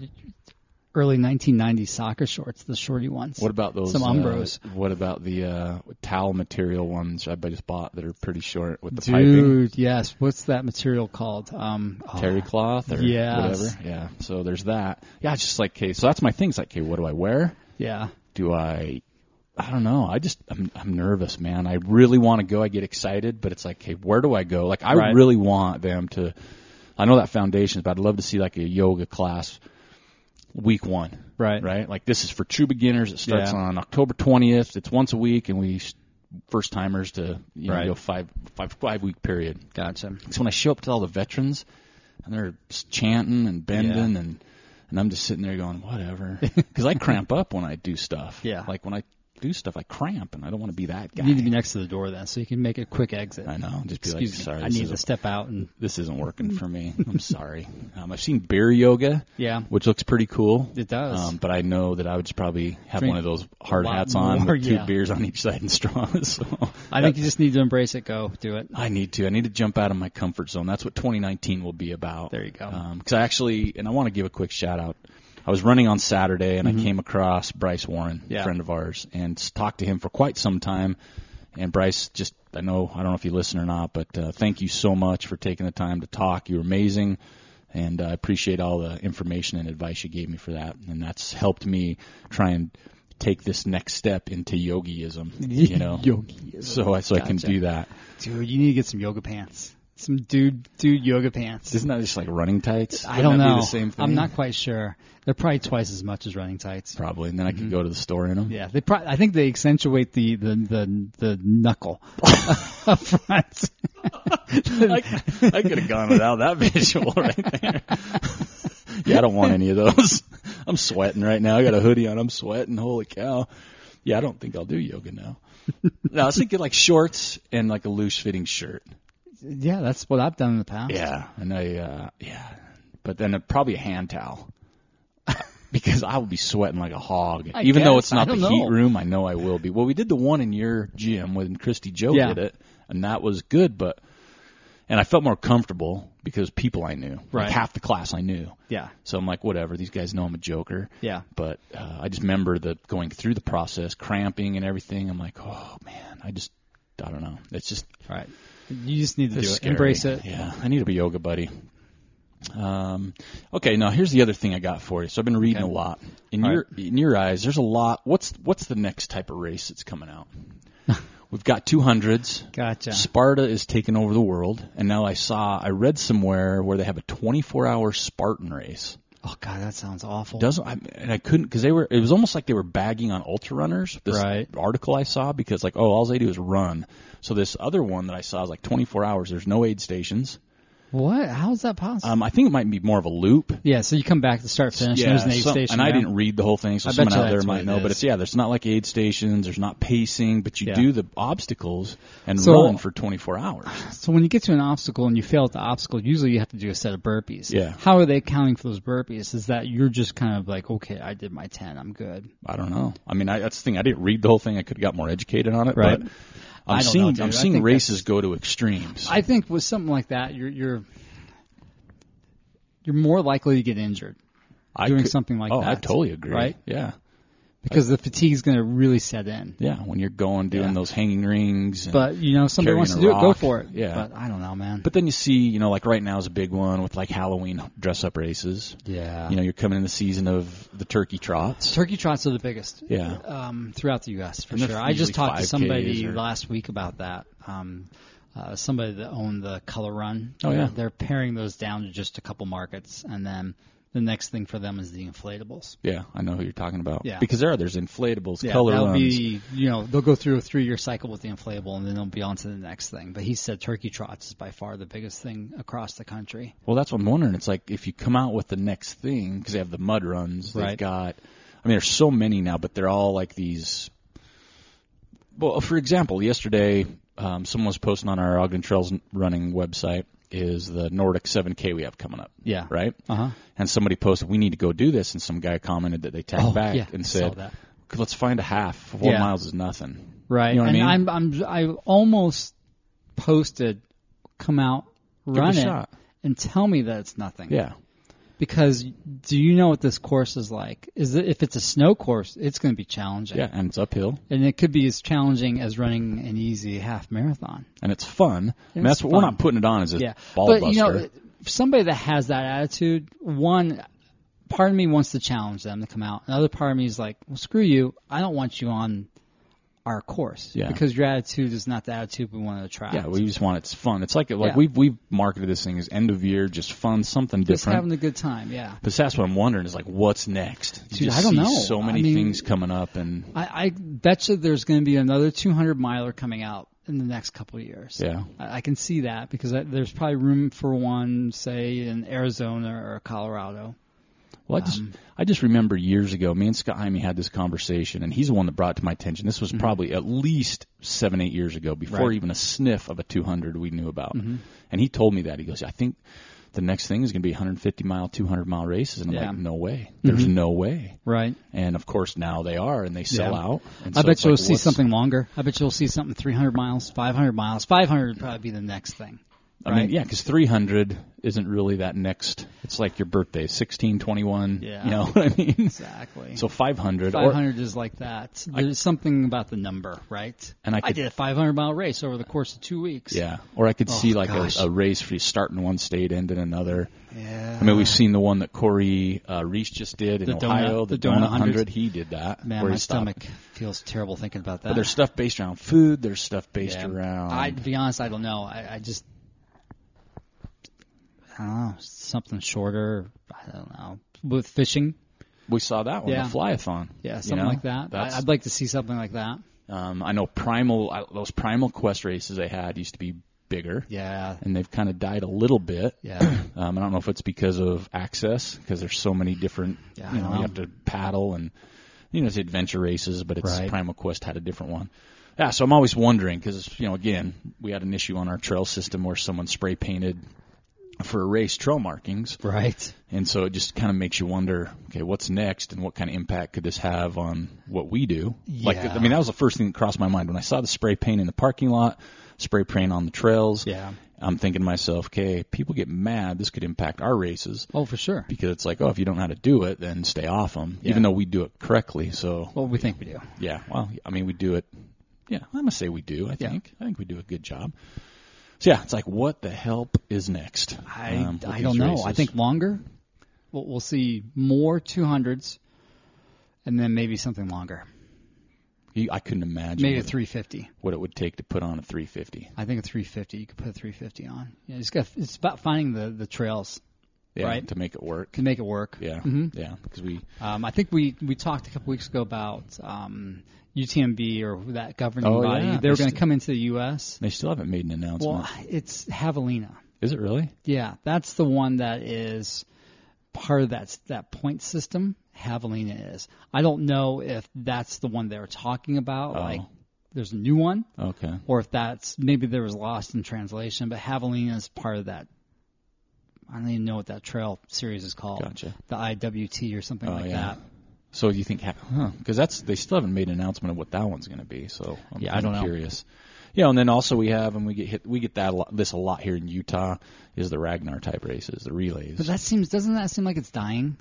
[SPEAKER 2] early 1990s soccer shorts, the shorty ones.
[SPEAKER 1] What about those?
[SPEAKER 2] Some
[SPEAKER 1] uh,
[SPEAKER 2] Umbros.
[SPEAKER 1] what about the uh, towel material ones I just bought that are pretty short with the piping?
[SPEAKER 2] Dude, yes. What's that material called? Um, oh,
[SPEAKER 1] Terry cloth or
[SPEAKER 2] Yes.
[SPEAKER 1] whatever. Yeah. So there's that. Yeah, it's just like, okay, so that's my thing. It's like, okay, what do I wear?
[SPEAKER 2] Yeah.
[SPEAKER 1] Do I, I don't know. I just, I'm, I'm nervous, man. I really want to go. I get excited, but it's like, okay, where do I go? Like, I
[SPEAKER 2] Right.
[SPEAKER 1] really want them to, I know that foundations, but I'd love to see like a yoga class week one.
[SPEAKER 2] Right.
[SPEAKER 1] right? Like this is for true beginners. It starts
[SPEAKER 2] Yeah.
[SPEAKER 1] on October 20th. It's once a week, and we first timers to you know
[SPEAKER 2] Right.
[SPEAKER 1] go five five five week period.
[SPEAKER 2] Gotcha.
[SPEAKER 1] So when I show up to all the veterans, and they're s- chanting and bending and and I'm just sitting there going whatever <laughs> because I cramp up when I do stuff.
[SPEAKER 2] Yeah.
[SPEAKER 1] like when I do stuff, I cramp, and I don't want to be that guy.
[SPEAKER 2] You need to be next to the door then, so you can make a quick exit.
[SPEAKER 1] I know. Just be
[SPEAKER 2] Excuse
[SPEAKER 1] like,
[SPEAKER 2] me,
[SPEAKER 1] sorry,
[SPEAKER 2] I
[SPEAKER 1] this,
[SPEAKER 2] need
[SPEAKER 1] is
[SPEAKER 2] to step out and
[SPEAKER 1] this isn't working for
[SPEAKER 2] <laughs>
[SPEAKER 1] me. I'm sorry. Um, I've seen bear yoga,
[SPEAKER 2] yeah,
[SPEAKER 1] which looks pretty cool.
[SPEAKER 2] it does.
[SPEAKER 1] Um, but I know that I would just probably have
[SPEAKER 2] Drink
[SPEAKER 1] one of those hard
[SPEAKER 2] a lot
[SPEAKER 1] hats on
[SPEAKER 2] more,
[SPEAKER 1] with two
[SPEAKER 2] yeah.
[SPEAKER 1] beers on each side and straws. <laughs> So
[SPEAKER 2] I think you just need to embrace it. Go do it.
[SPEAKER 1] I need to. I need to jump out of my comfort zone. That's what 2019 will be about.
[SPEAKER 2] There you go.
[SPEAKER 1] Because I actually, and I want to give a quick shout out. I was running on Saturday and I came across Bryce Warren,
[SPEAKER 2] Mm-hmm. Yeah.
[SPEAKER 1] a friend of ours, and s- talked to him for quite some time. And Bryce, just I know I don't know if you listen or not, but uh, thank you so much for taking the time to talk. You were amazing, and uh, I appreciate all the information and advice you gave me for that. And that's helped me try and take this next step into
[SPEAKER 2] <laughs>
[SPEAKER 1] yogiism. <laughs> You know,
[SPEAKER 2] yogi.
[SPEAKER 1] so I so I can
[SPEAKER 2] Gotcha.
[SPEAKER 1] do that.
[SPEAKER 2] Dude, you need to get some yoga pants. Some dude, dude yoga pants.
[SPEAKER 1] Isn't that just like running tights?
[SPEAKER 2] I don't
[SPEAKER 1] Wouldn't that
[SPEAKER 2] know.
[SPEAKER 1] be the same thing?
[SPEAKER 2] I'm not quite sure. They're probably twice as much as running tights.
[SPEAKER 1] probably. And then I could go to the store in them. <laughs>
[SPEAKER 2] Yeah, they. Pro- I think they accentuate the the the, the knuckle <laughs> up front.
[SPEAKER 1] I, I could have gone without that <laughs> visual right there. <laughs> yeah, I don't want any of those. <laughs> I'm sweating right now. I got a hoodie on. I'm sweating. Holy cow. Yeah, I don't think I'll do yoga <laughs> now. no, I was thinking like shorts and like a loose fitting shirt.
[SPEAKER 2] yeah, that's what I've done in the past.
[SPEAKER 1] Yeah, and I uh, yeah, but then a, probably a hand towel <laughs> because I would be sweating like a hog.
[SPEAKER 2] I
[SPEAKER 1] Even though
[SPEAKER 2] guess.
[SPEAKER 1] it's
[SPEAKER 2] I
[SPEAKER 1] not the
[SPEAKER 2] don't
[SPEAKER 1] heat
[SPEAKER 2] know.
[SPEAKER 1] room, I know I will be. Well, we did the one in your gym when Christy Joe
[SPEAKER 2] Yeah.
[SPEAKER 1] did it, and that was good. But and I felt more comfortable because people I knew,
[SPEAKER 2] Right.
[SPEAKER 1] like half the class I knew.
[SPEAKER 2] yeah,
[SPEAKER 1] So I'm like, whatever. These guys know I'm a joker.
[SPEAKER 2] yeah.
[SPEAKER 1] But uh, I just remember the going through the process, cramping and everything. I'm like, oh man, I just I don't know. It's just
[SPEAKER 2] All right, you just need to
[SPEAKER 1] it's
[SPEAKER 2] do it.
[SPEAKER 1] scary.
[SPEAKER 2] Embrace it.
[SPEAKER 1] Yeah, I need to be yoga buddy. Um, okay, now here's the other thing I got for you. So I've been reading
[SPEAKER 2] Okay.
[SPEAKER 1] a lot. In
[SPEAKER 2] All
[SPEAKER 1] your in your eyes, there's a lot. What's what's the next type of race that's coming
[SPEAKER 2] <laughs>
[SPEAKER 1] out? We've got 200s.
[SPEAKER 2] Gotcha.
[SPEAKER 1] Sparta is taking over the world, and now I saw I read somewhere where they have a 24-hour Spartan race.
[SPEAKER 2] Oh god, that sounds awful.
[SPEAKER 1] Doesn't I, and I couldn't because they were. It was almost like they were bagging on ultra runners. This
[SPEAKER 2] Right.
[SPEAKER 1] article I saw because like oh all they do is run. So this other one that I saw is like 24 hours. There's no aid stations.
[SPEAKER 2] what? How is that possible?
[SPEAKER 1] Um, I think it might be more of a loop.
[SPEAKER 2] yeah, so you come back to start finish.
[SPEAKER 1] Yeah,
[SPEAKER 2] there's an aid
[SPEAKER 1] some-
[SPEAKER 2] station.
[SPEAKER 1] and I
[SPEAKER 2] yeah.
[SPEAKER 1] didn't read the whole thing, so
[SPEAKER 2] I bet
[SPEAKER 1] someone
[SPEAKER 2] you
[SPEAKER 1] out there
[SPEAKER 2] that's what
[SPEAKER 1] might
[SPEAKER 2] it
[SPEAKER 1] know. But
[SPEAKER 2] is.
[SPEAKER 1] it's yeah, there's not like aid stations. There's not pacing, but you
[SPEAKER 2] Yeah.
[SPEAKER 1] do the obstacles and
[SPEAKER 2] So-
[SPEAKER 1] run for 24 hours.
[SPEAKER 2] So when you get to an obstacle and you fail at the obstacle, usually you have to do a set of burpees.
[SPEAKER 1] Yeah.
[SPEAKER 2] How are they accounting for those burpees? Is that you're just kind of like, okay, I did my ten, I'm good.
[SPEAKER 1] I don't know. I mean, I, that's the thing. I didn't read the whole thing. I could have got more educated on it.
[SPEAKER 2] Right.
[SPEAKER 1] But
[SPEAKER 2] I
[SPEAKER 1] I'm
[SPEAKER 2] don't
[SPEAKER 1] seeing
[SPEAKER 2] know, dude.
[SPEAKER 1] I'm
[SPEAKER 2] I
[SPEAKER 1] seeing
[SPEAKER 2] think
[SPEAKER 1] races go to extremes.
[SPEAKER 2] I think with something like that, you're you're you're more likely to get injured
[SPEAKER 1] I
[SPEAKER 2] doing
[SPEAKER 1] could-
[SPEAKER 2] something like
[SPEAKER 1] oh,
[SPEAKER 2] that.
[SPEAKER 1] I totally agree.
[SPEAKER 2] Right?
[SPEAKER 1] Yeah.
[SPEAKER 2] because the fatigue's going to really set in.
[SPEAKER 1] Yeah. When you're going doing
[SPEAKER 2] Yeah.
[SPEAKER 1] those hanging rings. And,
[SPEAKER 2] But you know, if somebody
[SPEAKER 1] Carrying
[SPEAKER 2] wants to
[SPEAKER 1] a
[SPEAKER 2] do it, go
[SPEAKER 1] rock.
[SPEAKER 2] for it.
[SPEAKER 1] Yeah.
[SPEAKER 2] But I don't know, man.
[SPEAKER 1] but then you see, you know, like right now is a big one with like Halloween dress up races.
[SPEAKER 2] yeah.
[SPEAKER 1] You know, you're coming in the season of the turkey trots.
[SPEAKER 2] Turkey trots are the biggest.
[SPEAKER 1] Yeah.
[SPEAKER 2] Um, throughout the U.S. for
[SPEAKER 1] And they're
[SPEAKER 2] sure. I
[SPEAKER 1] usually
[SPEAKER 2] just talked to
[SPEAKER 1] 5Ks
[SPEAKER 2] somebody
[SPEAKER 1] or-
[SPEAKER 2] last week about that. Um, uh, somebody that owned the Color Run.
[SPEAKER 1] Oh, yeah.
[SPEAKER 2] They're paring those down to just a couple markets, and then the next thing for them is the inflatables.
[SPEAKER 1] Yeah, I know who you're talking about.
[SPEAKER 2] Yeah.
[SPEAKER 1] Because there are there's inflatables,
[SPEAKER 2] Yeah,
[SPEAKER 1] color
[SPEAKER 2] that'll
[SPEAKER 1] runs.
[SPEAKER 2] be you know they'll go through a three-year cycle with the inflatable, and then they'll be on to the next thing. But he said turkey trots is by far the biggest thing across the country.
[SPEAKER 1] Well, that's what I'm wondering. It's like if you come out with the next thing because they have the mud runs.
[SPEAKER 2] Right.
[SPEAKER 1] They've got. I mean, there's so many now, but they're all like these. Well, for example, yesterday um, someone was posting on our Ogden Trails running website is the Nordic 7K we have coming up,
[SPEAKER 2] Yeah.
[SPEAKER 1] right?
[SPEAKER 2] Uh huh.
[SPEAKER 1] And somebody posted, "We need to go do this," and some guy commented that they tagged
[SPEAKER 2] Oh,
[SPEAKER 1] back
[SPEAKER 2] yeah, I
[SPEAKER 1] and
[SPEAKER 2] saw
[SPEAKER 1] said,
[SPEAKER 2] that.
[SPEAKER 1] "Let's find a half. Four
[SPEAKER 2] Yeah.
[SPEAKER 1] miles is nothing."
[SPEAKER 2] Right.
[SPEAKER 1] You know what I
[SPEAKER 2] and
[SPEAKER 1] mean?
[SPEAKER 2] I'm I'm I almost posted come out
[SPEAKER 1] it a
[SPEAKER 2] run it,
[SPEAKER 1] shot.
[SPEAKER 2] and tell me that it's nothing.
[SPEAKER 1] Yeah.
[SPEAKER 2] Because do you know what this course is like? Is it, if it's a snow course, it's going to be challenging.
[SPEAKER 1] Yeah, and it's uphill.
[SPEAKER 2] And it could be as challenging as running an easy half marathon.
[SPEAKER 1] and it's fun. and
[SPEAKER 2] it's
[SPEAKER 1] that's what we're
[SPEAKER 2] fun.
[SPEAKER 1] not putting it on as a
[SPEAKER 2] Yeah.
[SPEAKER 1] ball
[SPEAKER 2] but
[SPEAKER 1] buster.
[SPEAKER 2] you know, for somebody that has that attitude, one part of me wants to challenge them to come out. Another part of me is like, well, screw you. I don't want you on our course
[SPEAKER 1] Yeah.
[SPEAKER 2] because your attitude is not the attitude we want to attract.
[SPEAKER 1] yeah, we just want it's fun. It's like like
[SPEAKER 2] Yeah.
[SPEAKER 1] we've we've marketed this thing as end of year, just fun, something
[SPEAKER 2] just
[SPEAKER 1] different.
[SPEAKER 2] having a good time. Yeah,
[SPEAKER 1] but that's what I'm wondering is like what's next? You
[SPEAKER 2] Dude,
[SPEAKER 1] just
[SPEAKER 2] I don't
[SPEAKER 1] see
[SPEAKER 2] know.
[SPEAKER 1] So many
[SPEAKER 2] I mean-
[SPEAKER 1] things coming up, and
[SPEAKER 2] I, I bet you there's going to be another 200 miler coming out in the next couple of years.
[SPEAKER 1] Yeah.
[SPEAKER 2] I, I can see that because I, there's probably room for one, say, in Arizona or Colorado.
[SPEAKER 1] Well, I just
[SPEAKER 2] Um,
[SPEAKER 1] I just remember years ago, me and Scott Jaime had this conversation, and he's the one that brought it to my attention. This was probably at least seven, eight years ago, before
[SPEAKER 2] Mm-hmm. Right. Mm-hmm.
[SPEAKER 1] even a sniff of a 200 we knew about. And he told me that he goes, I think the next thing is going to be 150 mile, 200 mile races, and I'm
[SPEAKER 2] Yeah.
[SPEAKER 1] like, no way, there's no way.
[SPEAKER 2] Right.
[SPEAKER 1] And of course now they are, and they sell
[SPEAKER 2] Yeah.
[SPEAKER 1] out. And
[SPEAKER 2] I
[SPEAKER 1] so
[SPEAKER 2] bet
[SPEAKER 1] it's
[SPEAKER 2] you'll
[SPEAKER 1] like,
[SPEAKER 2] see
[SPEAKER 1] what's-
[SPEAKER 2] something longer. I bet you'll see something 300 miles, 500 miles. 500 would probably be the next thing.
[SPEAKER 1] I
[SPEAKER 2] right?
[SPEAKER 1] mean, yeah, because 300 isn't really that next. It's like your birthday, 16, 21.
[SPEAKER 2] Yeah.
[SPEAKER 1] You know <laughs> what I mean?
[SPEAKER 2] Exactly.
[SPEAKER 1] So 500. or-
[SPEAKER 2] 500 is like that. There's something about the number, right?
[SPEAKER 1] And I could-
[SPEAKER 2] did a 500 mile race over the course of two weeks.
[SPEAKER 1] Yeah, or I could see like a,
[SPEAKER 2] Oh, gosh.
[SPEAKER 1] a race for you start in one state, end in another.
[SPEAKER 2] Yeah.
[SPEAKER 1] I mean, we've seen the one that Corey uh, Reese just did in
[SPEAKER 2] The donut-
[SPEAKER 1] Ohio,
[SPEAKER 2] the donut 100.
[SPEAKER 1] He did that.
[SPEAKER 2] Man,
[SPEAKER 1] where
[SPEAKER 2] my
[SPEAKER 1] he stopped.
[SPEAKER 2] stomach feels terrible thinking about that.
[SPEAKER 1] But there's stuff based around food. There's stuff based
[SPEAKER 2] Yeah.
[SPEAKER 1] around.
[SPEAKER 2] I, to be honest, I don't know. I, I just, I don't know, something shorter. I don't know. With fishing,
[SPEAKER 1] we saw that one,
[SPEAKER 2] Yeah.
[SPEAKER 1] the flyathon.
[SPEAKER 2] yeah,
[SPEAKER 1] you
[SPEAKER 2] something
[SPEAKER 1] know?
[SPEAKER 2] like that. I,
[SPEAKER 1] That's,
[SPEAKER 2] I'd like to see something like that.
[SPEAKER 1] um, I know primal. I, those primal quest races they had used to be bigger,
[SPEAKER 2] Yeah,
[SPEAKER 1] and they've kind of died a little bit.
[SPEAKER 2] yeah.
[SPEAKER 1] Um, I don't know if it's because of access, because there's so many different.
[SPEAKER 2] Yeah,
[SPEAKER 1] you
[SPEAKER 2] I
[SPEAKER 1] know,
[SPEAKER 2] know.
[SPEAKER 1] you have to paddle and you know it's adventure races, but it's
[SPEAKER 2] Right.
[SPEAKER 1] Primal Quest had a different one. Yeah, so I'm always wondering because you know again we had an issue on our trail system where someone spray painted for a race trail markings,
[SPEAKER 2] <coughs> right.
[SPEAKER 1] and so it just kind of makes you wonder, okay, what's next, and what kind of impact could this have on what we do? Like,
[SPEAKER 2] Yeah.
[SPEAKER 1] I mean, that was the first thing that crossed my mind when I saw the spray paint in the parking lot, spray paint on the trails.
[SPEAKER 2] Yeah.
[SPEAKER 1] I'm thinking to myself, okay, people get mad. This could impact our races
[SPEAKER 2] Oh, for sure.
[SPEAKER 1] because it's like, oh, if you don't know how to do it, then stay off them, even though we do it correctly. So,
[SPEAKER 2] Well, we think we do.
[SPEAKER 1] yeah, well, I mean, we do it. Yeah, I'm going to say we do, I
[SPEAKER 2] Yeah.
[SPEAKER 1] think. I think we do a good job. So, yeah, it's like, what the help is next?
[SPEAKER 2] I,
[SPEAKER 1] um, with
[SPEAKER 2] I
[SPEAKER 1] these
[SPEAKER 2] don't know. I
[SPEAKER 1] races?
[SPEAKER 2] think longer. We'll, we'll see more 200s, and then maybe something longer.
[SPEAKER 1] You- I couldn't imagine
[SPEAKER 2] Maybe a
[SPEAKER 1] what, it-
[SPEAKER 2] 350.
[SPEAKER 1] what it would take to put on a 350.
[SPEAKER 2] I think a 350. You could put a 350 on. Yeah, it's got. It's about finding the the trails
[SPEAKER 1] Yeah,
[SPEAKER 2] Right. Mm-hmm.
[SPEAKER 1] To make it work.
[SPEAKER 2] to make it work.
[SPEAKER 1] Yeah. Yeah. Because we,
[SPEAKER 2] Um, I think we, we talked a couple weeks ago about um, UTMB or that governing
[SPEAKER 1] Oh,
[SPEAKER 2] body.
[SPEAKER 1] yeah.
[SPEAKER 2] They were
[SPEAKER 1] They
[SPEAKER 2] going
[SPEAKER 1] st-
[SPEAKER 2] to come into the U.S.
[SPEAKER 1] they still haven't made an announcement.
[SPEAKER 2] Well, it's Javelina.
[SPEAKER 1] is it really?
[SPEAKER 2] Yeah, that's the one that is part of that that point system. Javelina is. I don't know if that's the one they were talking about.
[SPEAKER 1] Oh.
[SPEAKER 2] Like, there's a new one,
[SPEAKER 1] Okay.
[SPEAKER 2] or if that's maybe there was lost in translation. But Javelina is part of that. I don't even know what that trail series is called.
[SPEAKER 1] Gotcha.
[SPEAKER 2] The IWT or something
[SPEAKER 1] Oh,
[SPEAKER 2] like
[SPEAKER 1] yeah.
[SPEAKER 2] that.
[SPEAKER 1] So you think, because that's they still haven't made an announcement of what that one's going to be. So I'm
[SPEAKER 2] Yeah, I
[SPEAKER 1] kinda
[SPEAKER 2] don't know.
[SPEAKER 1] curious. Yeah, and then also we have, and we get hit, we get that a lot, this a lot here in Utah is the Ragnar type races, the relays.
[SPEAKER 2] But that seems doesn't that seem like it's dying?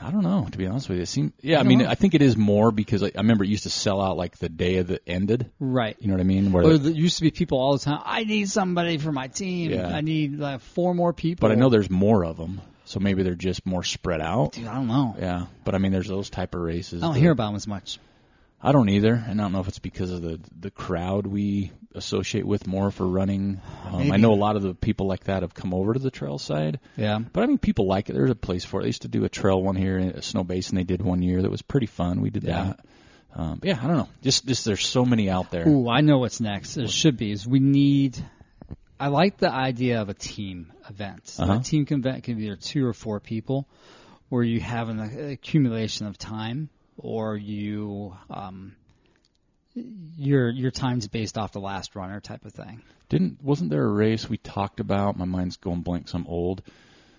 [SPEAKER 1] I don't know, to be honest with you. It seems, yeah, I,
[SPEAKER 2] don't
[SPEAKER 1] mean,
[SPEAKER 2] know.
[SPEAKER 1] I think it is more because I, I remember it used to sell out like the day that ended.
[SPEAKER 2] Right.
[SPEAKER 1] You know what I mean? Where
[SPEAKER 2] Or there used to be people all the time. I need somebody for my team.
[SPEAKER 1] Yeah.
[SPEAKER 2] I need like four more people.
[SPEAKER 1] but I know there's more of them, so maybe they're just more spread out.
[SPEAKER 2] Dude, I don't know.
[SPEAKER 1] Yeah, but I mean, there's those type of races.
[SPEAKER 2] I don't
[SPEAKER 1] that-
[SPEAKER 2] hear about them as much.
[SPEAKER 1] I don't either, and I don't know if it's because of the the crowd we associate with more for running. Um, I
[SPEAKER 2] Maybe.
[SPEAKER 1] know a lot of the people like that have come over to the trail side,
[SPEAKER 2] Yeah.
[SPEAKER 1] but I mean, people like it. There's a place for it. They used to do a trail one here at Snow Basin. They did one year that was pretty fun. We did
[SPEAKER 2] Yeah.
[SPEAKER 1] that. Um, but yeah, I don't know. Just just there's so many out there.
[SPEAKER 2] Ooh, I know what's next. It should be is we need. I like the idea of a team event.
[SPEAKER 1] Uh-huh.
[SPEAKER 2] A team event can be either two or four people, where you have an accumulation of time, or you um, your your time's based off the last runner type of thing.
[SPEAKER 1] Didn't wasn't there a race we talked about? My mind's going blank. So I'm old.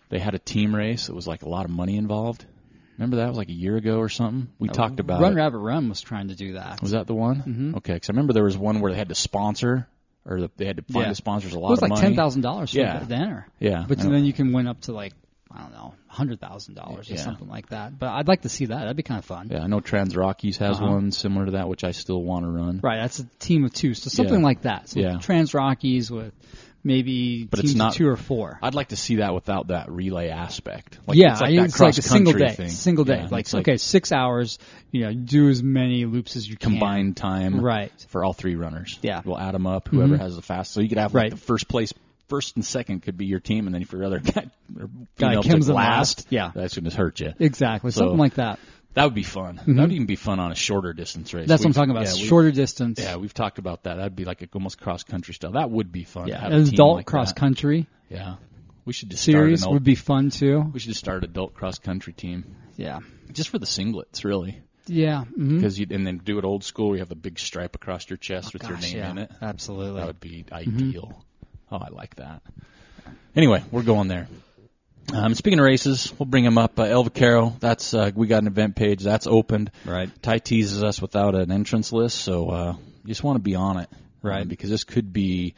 [SPEAKER 1] They had a team race. It was like a lot of money involved. Remember that It was like a year ago or something. We talked about
[SPEAKER 2] Run
[SPEAKER 1] it.
[SPEAKER 2] Rabbit Run was trying to do that.
[SPEAKER 1] Was that the one? Mm-hmm. Okay, because I remember there was one where they had to sponsor, or the, they had to find
[SPEAKER 2] Yeah.
[SPEAKER 1] the sponsors a
[SPEAKER 2] It
[SPEAKER 1] lot
[SPEAKER 2] was
[SPEAKER 1] of
[SPEAKER 2] like
[SPEAKER 1] money.
[SPEAKER 2] ten thousand dollars for
[SPEAKER 1] Yeah.
[SPEAKER 2] the dinner.
[SPEAKER 1] Yeah,
[SPEAKER 2] But
[SPEAKER 1] I know.
[SPEAKER 2] then you can win up to like I don't know, hundred thousand dollars or
[SPEAKER 1] Yeah.
[SPEAKER 2] something like that. But I'd like to see that. That'd be kind of fun.
[SPEAKER 1] Yeah, I know Trans Rockies has
[SPEAKER 2] Uh-huh.
[SPEAKER 1] one similar to that, which I still want to run.
[SPEAKER 2] Right, that's a team of two. So something
[SPEAKER 1] Yeah.
[SPEAKER 2] like that. So
[SPEAKER 1] Yeah.
[SPEAKER 2] Trans Rockies with maybe
[SPEAKER 1] But it's
[SPEAKER 2] teams of
[SPEAKER 1] not-
[SPEAKER 2] two or four.
[SPEAKER 1] I'd like to see that without that relay aspect. Like,
[SPEAKER 2] yeah,
[SPEAKER 1] it's
[SPEAKER 2] it's
[SPEAKER 1] like,
[SPEAKER 2] like,
[SPEAKER 1] that
[SPEAKER 2] a
[SPEAKER 1] cross-country
[SPEAKER 2] single day.
[SPEAKER 1] thing.
[SPEAKER 2] Single day.
[SPEAKER 1] Yeah,
[SPEAKER 2] like,
[SPEAKER 1] it's like
[SPEAKER 2] okay, six hours. You know, do as many loops as you can.
[SPEAKER 1] combined time
[SPEAKER 2] Right.
[SPEAKER 1] for all three runners.
[SPEAKER 2] Yeah. Mm-hmm.
[SPEAKER 1] we'll add them up. Whoever has the fast, so you could have like
[SPEAKER 2] Right.
[SPEAKER 1] the first place. First and second could be your team, and then if your other <laughs> guy, or
[SPEAKER 2] Guy
[SPEAKER 1] female
[SPEAKER 2] comes in
[SPEAKER 1] last,
[SPEAKER 2] last, yeah.
[SPEAKER 1] that's going to hurt you.
[SPEAKER 2] Exactly.
[SPEAKER 1] So-
[SPEAKER 2] something like that.
[SPEAKER 1] That would be fun. That would even be fun on a shorter distance race.
[SPEAKER 2] Mm-hmm. That's what I'm
[SPEAKER 1] We've-
[SPEAKER 2] talking about.
[SPEAKER 1] yeah, we-
[SPEAKER 2] Shorter distance.
[SPEAKER 1] Yeah, we've talked about that. That'd be like a, almost cross country style. That would be fun. to
[SPEAKER 2] Yeah,
[SPEAKER 1] have a
[SPEAKER 2] an
[SPEAKER 1] team
[SPEAKER 2] adult
[SPEAKER 1] like
[SPEAKER 2] cross
[SPEAKER 1] that.
[SPEAKER 2] country
[SPEAKER 1] Yeah, we should just
[SPEAKER 2] series
[SPEAKER 1] start an
[SPEAKER 2] would
[SPEAKER 1] old,
[SPEAKER 2] be fun too.
[SPEAKER 1] we should just start adult cross country team
[SPEAKER 2] Yeah,
[SPEAKER 1] just for the singlets, really.
[SPEAKER 2] yeah. mhm.
[SPEAKER 1] Because you and then do it old school. where You have the big stripe across your chest with your
[SPEAKER 2] Oh, Gosh,
[SPEAKER 1] name
[SPEAKER 2] yeah,
[SPEAKER 1] in it.
[SPEAKER 2] Absolutely.
[SPEAKER 1] That would be ideal. Oh, I like that. Anyway, we're going there. Um, speaking of races, we'll bring him up. Uh, El Vaquero, that's uh, we got an event page that's opened.
[SPEAKER 2] Right.
[SPEAKER 1] Ty teases us without an entrance list, so uh, you just want to be on it,
[SPEAKER 2] Right.
[SPEAKER 1] Um, because this could be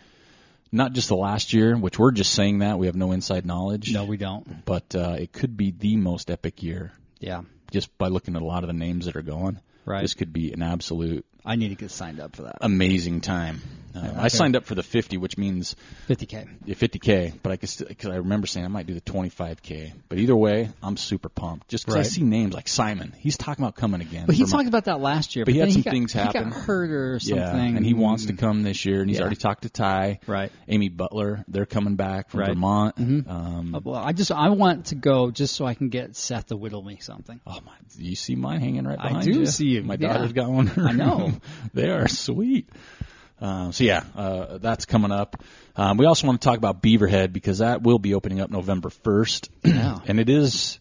[SPEAKER 1] not just the last year, which we're just saying that we have no inside knowledge.
[SPEAKER 2] No, we don't.
[SPEAKER 1] but uh, it could be the most epic year
[SPEAKER 2] Yeah.
[SPEAKER 1] just by looking at a lot of the names that are going.
[SPEAKER 2] Right.
[SPEAKER 1] This could be an absolute
[SPEAKER 2] I need to get signed up for that.
[SPEAKER 1] amazing time. Uh, I
[SPEAKER 2] okay.
[SPEAKER 1] signed up for the 50, which means
[SPEAKER 2] 50k.
[SPEAKER 1] yeah, 50k, but I could still, cause I remember saying I might do the 25k. But either way, I'm super pumped just 'cause
[SPEAKER 2] Right.
[SPEAKER 1] I see names like Simon. He's talking about coming again.
[SPEAKER 2] But he
[SPEAKER 1] Vermont.
[SPEAKER 2] talked about that last year.
[SPEAKER 1] But he had
[SPEAKER 2] then
[SPEAKER 1] some
[SPEAKER 2] got-
[SPEAKER 1] things
[SPEAKER 2] He
[SPEAKER 1] happen.
[SPEAKER 2] got hurt or something.
[SPEAKER 1] yeah, and he wants to come this year, and he's
[SPEAKER 2] Yeah.
[SPEAKER 1] already talked to Ty,
[SPEAKER 2] Right.
[SPEAKER 1] Amy Butler, they're coming back from
[SPEAKER 2] Right.
[SPEAKER 1] Vermont. Um,
[SPEAKER 2] Uh, Well, I just I want to go just so I can get Seth to whittle me something.
[SPEAKER 1] Oh my! You see mine hanging right
[SPEAKER 2] I
[SPEAKER 1] behind
[SPEAKER 2] do
[SPEAKER 1] you.
[SPEAKER 2] see you,
[SPEAKER 1] My
[SPEAKER 2] yeah.
[SPEAKER 1] daughter's got one.
[SPEAKER 2] I know.
[SPEAKER 1] <laughs> they are sweet. Um, so yeah, uh, that's coming up. Um, we also want to talk about Beaverhead because that will be opening up November first, <clears throat>
[SPEAKER 2] Yeah.
[SPEAKER 1] and it is.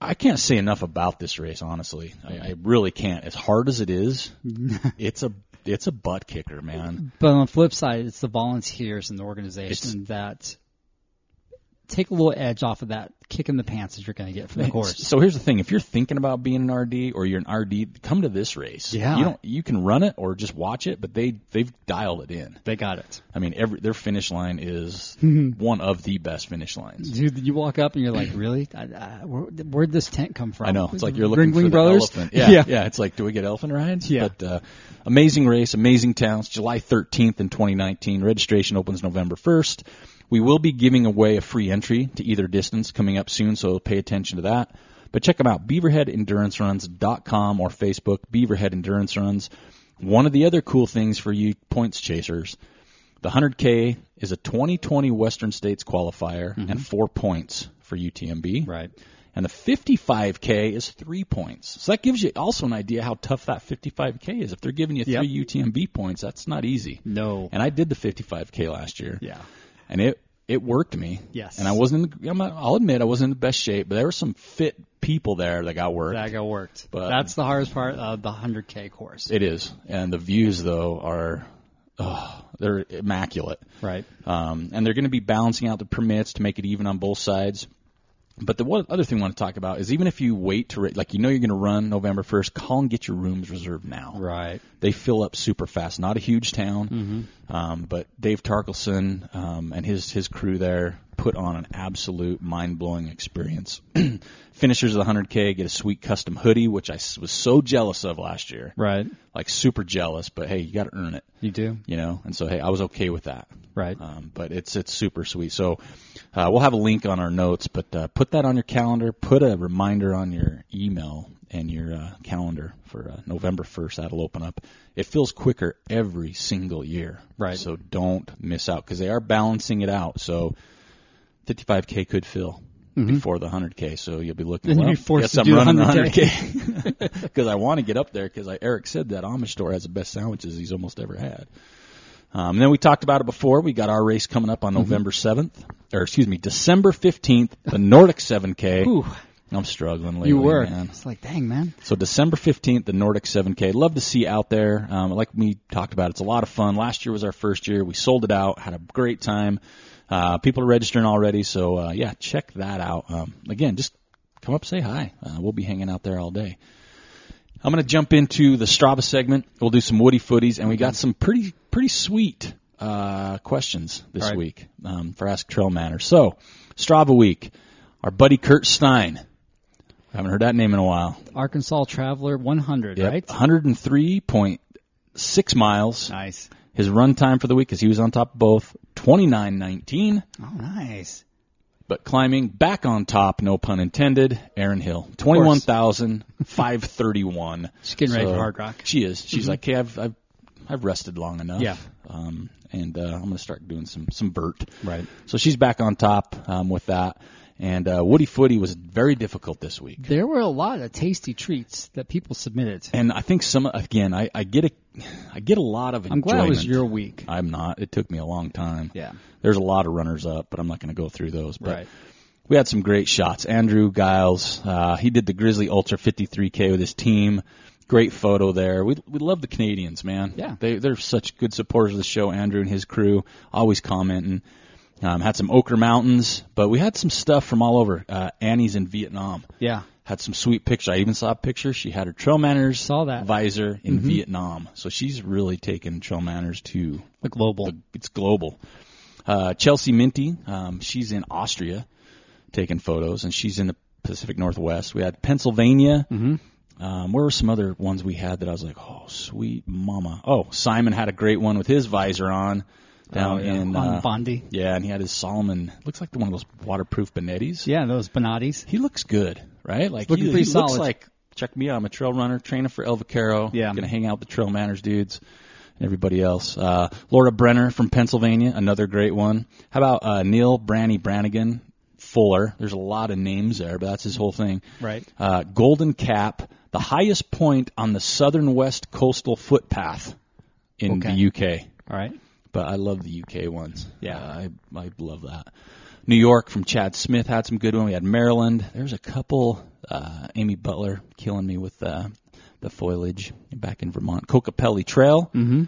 [SPEAKER 1] I can't say enough about this race, honestly. I, I really can't. As hard as it
[SPEAKER 2] <laughs>
[SPEAKER 1] is, it's a it's a butt kicker, man.
[SPEAKER 2] But on the flip side, it's the volunteers and the organization that take a little edge off of that kick in the pants that you're going to get from the course.
[SPEAKER 1] So here's the thing: if you're thinking about being an RD or you're an RD, come to this race.
[SPEAKER 2] Yeah.
[SPEAKER 1] you don't. You can run it or just watch it, but they they've dialed it in.
[SPEAKER 2] They got it.
[SPEAKER 1] I mean, every their finish line is one of the best finish lines.
[SPEAKER 2] Dude, you walk up and you're like, really? <clears throat> I, I, where, where'd this tent come from?
[SPEAKER 1] I know. It's like you're looking
[SPEAKER 2] Ringling
[SPEAKER 1] for the
[SPEAKER 2] Brothers.
[SPEAKER 1] elephant. Yeah, yeah, It's like, do we get elephant rides?
[SPEAKER 2] Yeah.
[SPEAKER 1] But uh, amazing race, amazing towns. July 13th in 2019. Registration opens November 1st. We will be giving away a free entry to either distance coming up soon, so pay attention to that. But check them out, beaverheadenduranceruns.com or Facebook, Beaverhead Endurance Runs. One of the other cool things for you points chasers, the 100K is a 2020 Western States qualifier and four points for UTMB
[SPEAKER 2] Mm-hmm. Right.
[SPEAKER 1] and the 55k is three points. So that gives you also an idea how tough that 55k is. If they're giving you
[SPEAKER 2] Yep.
[SPEAKER 1] three UTMB points, that's not easy.
[SPEAKER 2] No.
[SPEAKER 1] And I did the 55k last year.
[SPEAKER 2] Yeah.
[SPEAKER 1] And it it worked me.
[SPEAKER 2] Yes.
[SPEAKER 1] And I wasn't. In the, I'm not, I'll admit I wasn't in the best shape, but there were some fit people there that got worked.
[SPEAKER 2] That got worked.
[SPEAKER 1] But-
[SPEAKER 2] That's the hardest part of the 100K course.
[SPEAKER 1] It is. And the views though are, oh, they're immaculate.
[SPEAKER 2] right.
[SPEAKER 1] Um, and they're going to be balancing out the permits to make it even on both sides. But the one other thing I want to talk about is even if you wait to, ra- like, you know you're going to run November 1st, call and get your rooms reserved now.
[SPEAKER 2] Right.
[SPEAKER 1] They fill up super fast. Not a huge town,
[SPEAKER 2] Mm-hmm.
[SPEAKER 1] um, but Dave Tarkelson um, and his, his crew there put on an absolute mind blowing experience. <clears throat> Finishers of the 100K get a sweet custom hoodie, which I s- was so jealous of last year.
[SPEAKER 2] Right.
[SPEAKER 1] Like, super jealous, but hey, you got to earn it,
[SPEAKER 2] You do. Uh,
[SPEAKER 1] you know? And so, hey, I was okay with that.
[SPEAKER 2] Right.
[SPEAKER 1] Um, but it's it's super sweet. So uh, we'll have a link on our notes, but uh, put that on your calendar. Put a reminder on your email and your uh, calendar for uh, November first. That'll open up. It feels quicker every single year.
[SPEAKER 2] Right.
[SPEAKER 1] So don't miss out because they are balancing it out. So 55k could fill. Before the 100k, so you'll be looking.
[SPEAKER 2] Mm-hmm. Then
[SPEAKER 1] well,
[SPEAKER 2] you'll be forced
[SPEAKER 1] guess
[SPEAKER 2] to
[SPEAKER 1] I'm
[SPEAKER 2] do the
[SPEAKER 1] running the
[SPEAKER 2] 100K. <laughs>
[SPEAKER 1] <laughs> 100k because I want to get up there because Eric said that Amish store has the best sandwiches he's almost ever had. Um, and then we talked about it before. We got our race coming up on
[SPEAKER 2] Mm-hmm.
[SPEAKER 1] November 7th, or excuse me, December 15th, the Nordic 7K.
[SPEAKER 2] Ooh.
[SPEAKER 1] I'm struggling lately,
[SPEAKER 2] You were.
[SPEAKER 1] man.
[SPEAKER 2] It's like, dang, man.
[SPEAKER 1] So December 15th, the Nordic 7K. Love to see you out there. Um, like we talked about, it's a lot of fun. Last year was our first year. We sold it out, had a great time. Uh, people are registering already. So, uh, yeah, check that out. Um, again, just come up, say hi. Uh, we'll be hanging out there all day. I'm going to jump into the Strava segment. We'll do some Woody footies, and we got some pretty pretty sweet uh, questions this
[SPEAKER 2] All right.
[SPEAKER 1] week um, for Ask Trail Manner. So, Strava week. Our buddy Kurt Stein. I haven't heard that name in a while.
[SPEAKER 2] Arkansas Traveler 100,
[SPEAKER 1] Yep,
[SPEAKER 2] right?
[SPEAKER 1] 103.6 miles.
[SPEAKER 2] Nice.
[SPEAKER 1] His run time for the week, because he was on top of both, 29.19.
[SPEAKER 2] Oh, nice.
[SPEAKER 1] But climbing back on top, no pun intended, Aaron Hill, 21,531.
[SPEAKER 2] She's getting ready for Hard Rock. Mm-hmm.
[SPEAKER 1] She is. She's like, hey, I've, I've, I've rested long enough.
[SPEAKER 2] Yeah.
[SPEAKER 1] Um, and uh, I'm going to start doing some, some vert.
[SPEAKER 2] Right.
[SPEAKER 1] So she's back on top um, with that. And uh, Woody Footy was very difficult this week.
[SPEAKER 2] There were a lot of tasty treats that people submitted.
[SPEAKER 1] And I think some again, I, I get a, I get a lot of.
[SPEAKER 2] I'm
[SPEAKER 1] Enjoyment.
[SPEAKER 2] glad it was your week.
[SPEAKER 1] I'm not. It took me a long time.
[SPEAKER 2] Yeah.
[SPEAKER 1] There's a lot of runners up, but I'm not going to go through those. But
[SPEAKER 2] Right.
[SPEAKER 1] we had some great shots. Andrew Giles, uh, he did the Grizzly Ultra 53K with his team. Great photo there. We we love the Canadians, man.
[SPEAKER 2] Yeah.
[SPEAKER 1] They they're such good supporters of the show. Andrew and his crew always commenting. Um, had some Ochre Mountains, but we had some stuff from all over. Uh, Annie's in Vietnam
[SPEAKER 2] Yeah.
[SPEAKER 1] had some sweet pictures. I even saw a picture. She had her trail manners
[SPEAKER 2] Saw that. Mm-hmm.
[SPEAKER 1] visor in Vietnam. So she's really taken trail manners to
[SPEAKER 2] The global.
[SPEAKER 1] it's global. Uh, Chelsea Minty, um, she's in Austria taking photos, and she's in the Pacific Northwest. We had Pennsylvania. Mm-hmm. Um, where were some other ones we had that I was like, oh, sweet mama. Oh, Simon had a great one with his visor on down
[SPEAKER 2] Oh, yeah.
[SPEAKER 1] in
[SPEAKER 2] on
[SPEAKER 1] uh,
[SPEAKER 2] Bondi.
[SPEAKER 1] yeah, and he had his Solomon. Looks like one of those waterproof Benettis
[SPEAKER 2] Yeah, those Bonattis.
[SPEAKER 1] he looks good, right? Like
[SPEAKER 2] Looking
[SPEAKER 1] he,
[SPEAKER 2] pretty
[SPEAKER 1] he looks
[SPEAKER 2] solid.
[SPEAKER 1] like check me out. I'm a trail runner, training for El Vaquero.
[SPEAKER 2] Yeah.
[SPEAKER 1] gonna hang out with the Trail Manners dudes and everybody else. Uh, Laura Brenner from Pennsylvania, another great one. How about uh, Neil Branny Brannigan Fuller? There's a lot of names there, but that's his whole thing.
[SPEAKER 2] Right.
[SPEAKER 1] Uh, Golden Cap, the highest point on the southern west coastal footpath in
[SPEAKER 2] Okay.
[SPEAKER 1] the UK
[SPEAKER 2] All right.
[SPEAKER 1] but I love the UK ones.
[SPEAKER 2] Yeah.
[SPEAKER 1] Uh, I I love that. New York from Chad Smith had some good one. We had Maryland. There's a couple. Uh, Amy Butler killing me with uh, the foliage back in Vermont. Cocopelli Trail. Mm-hmm.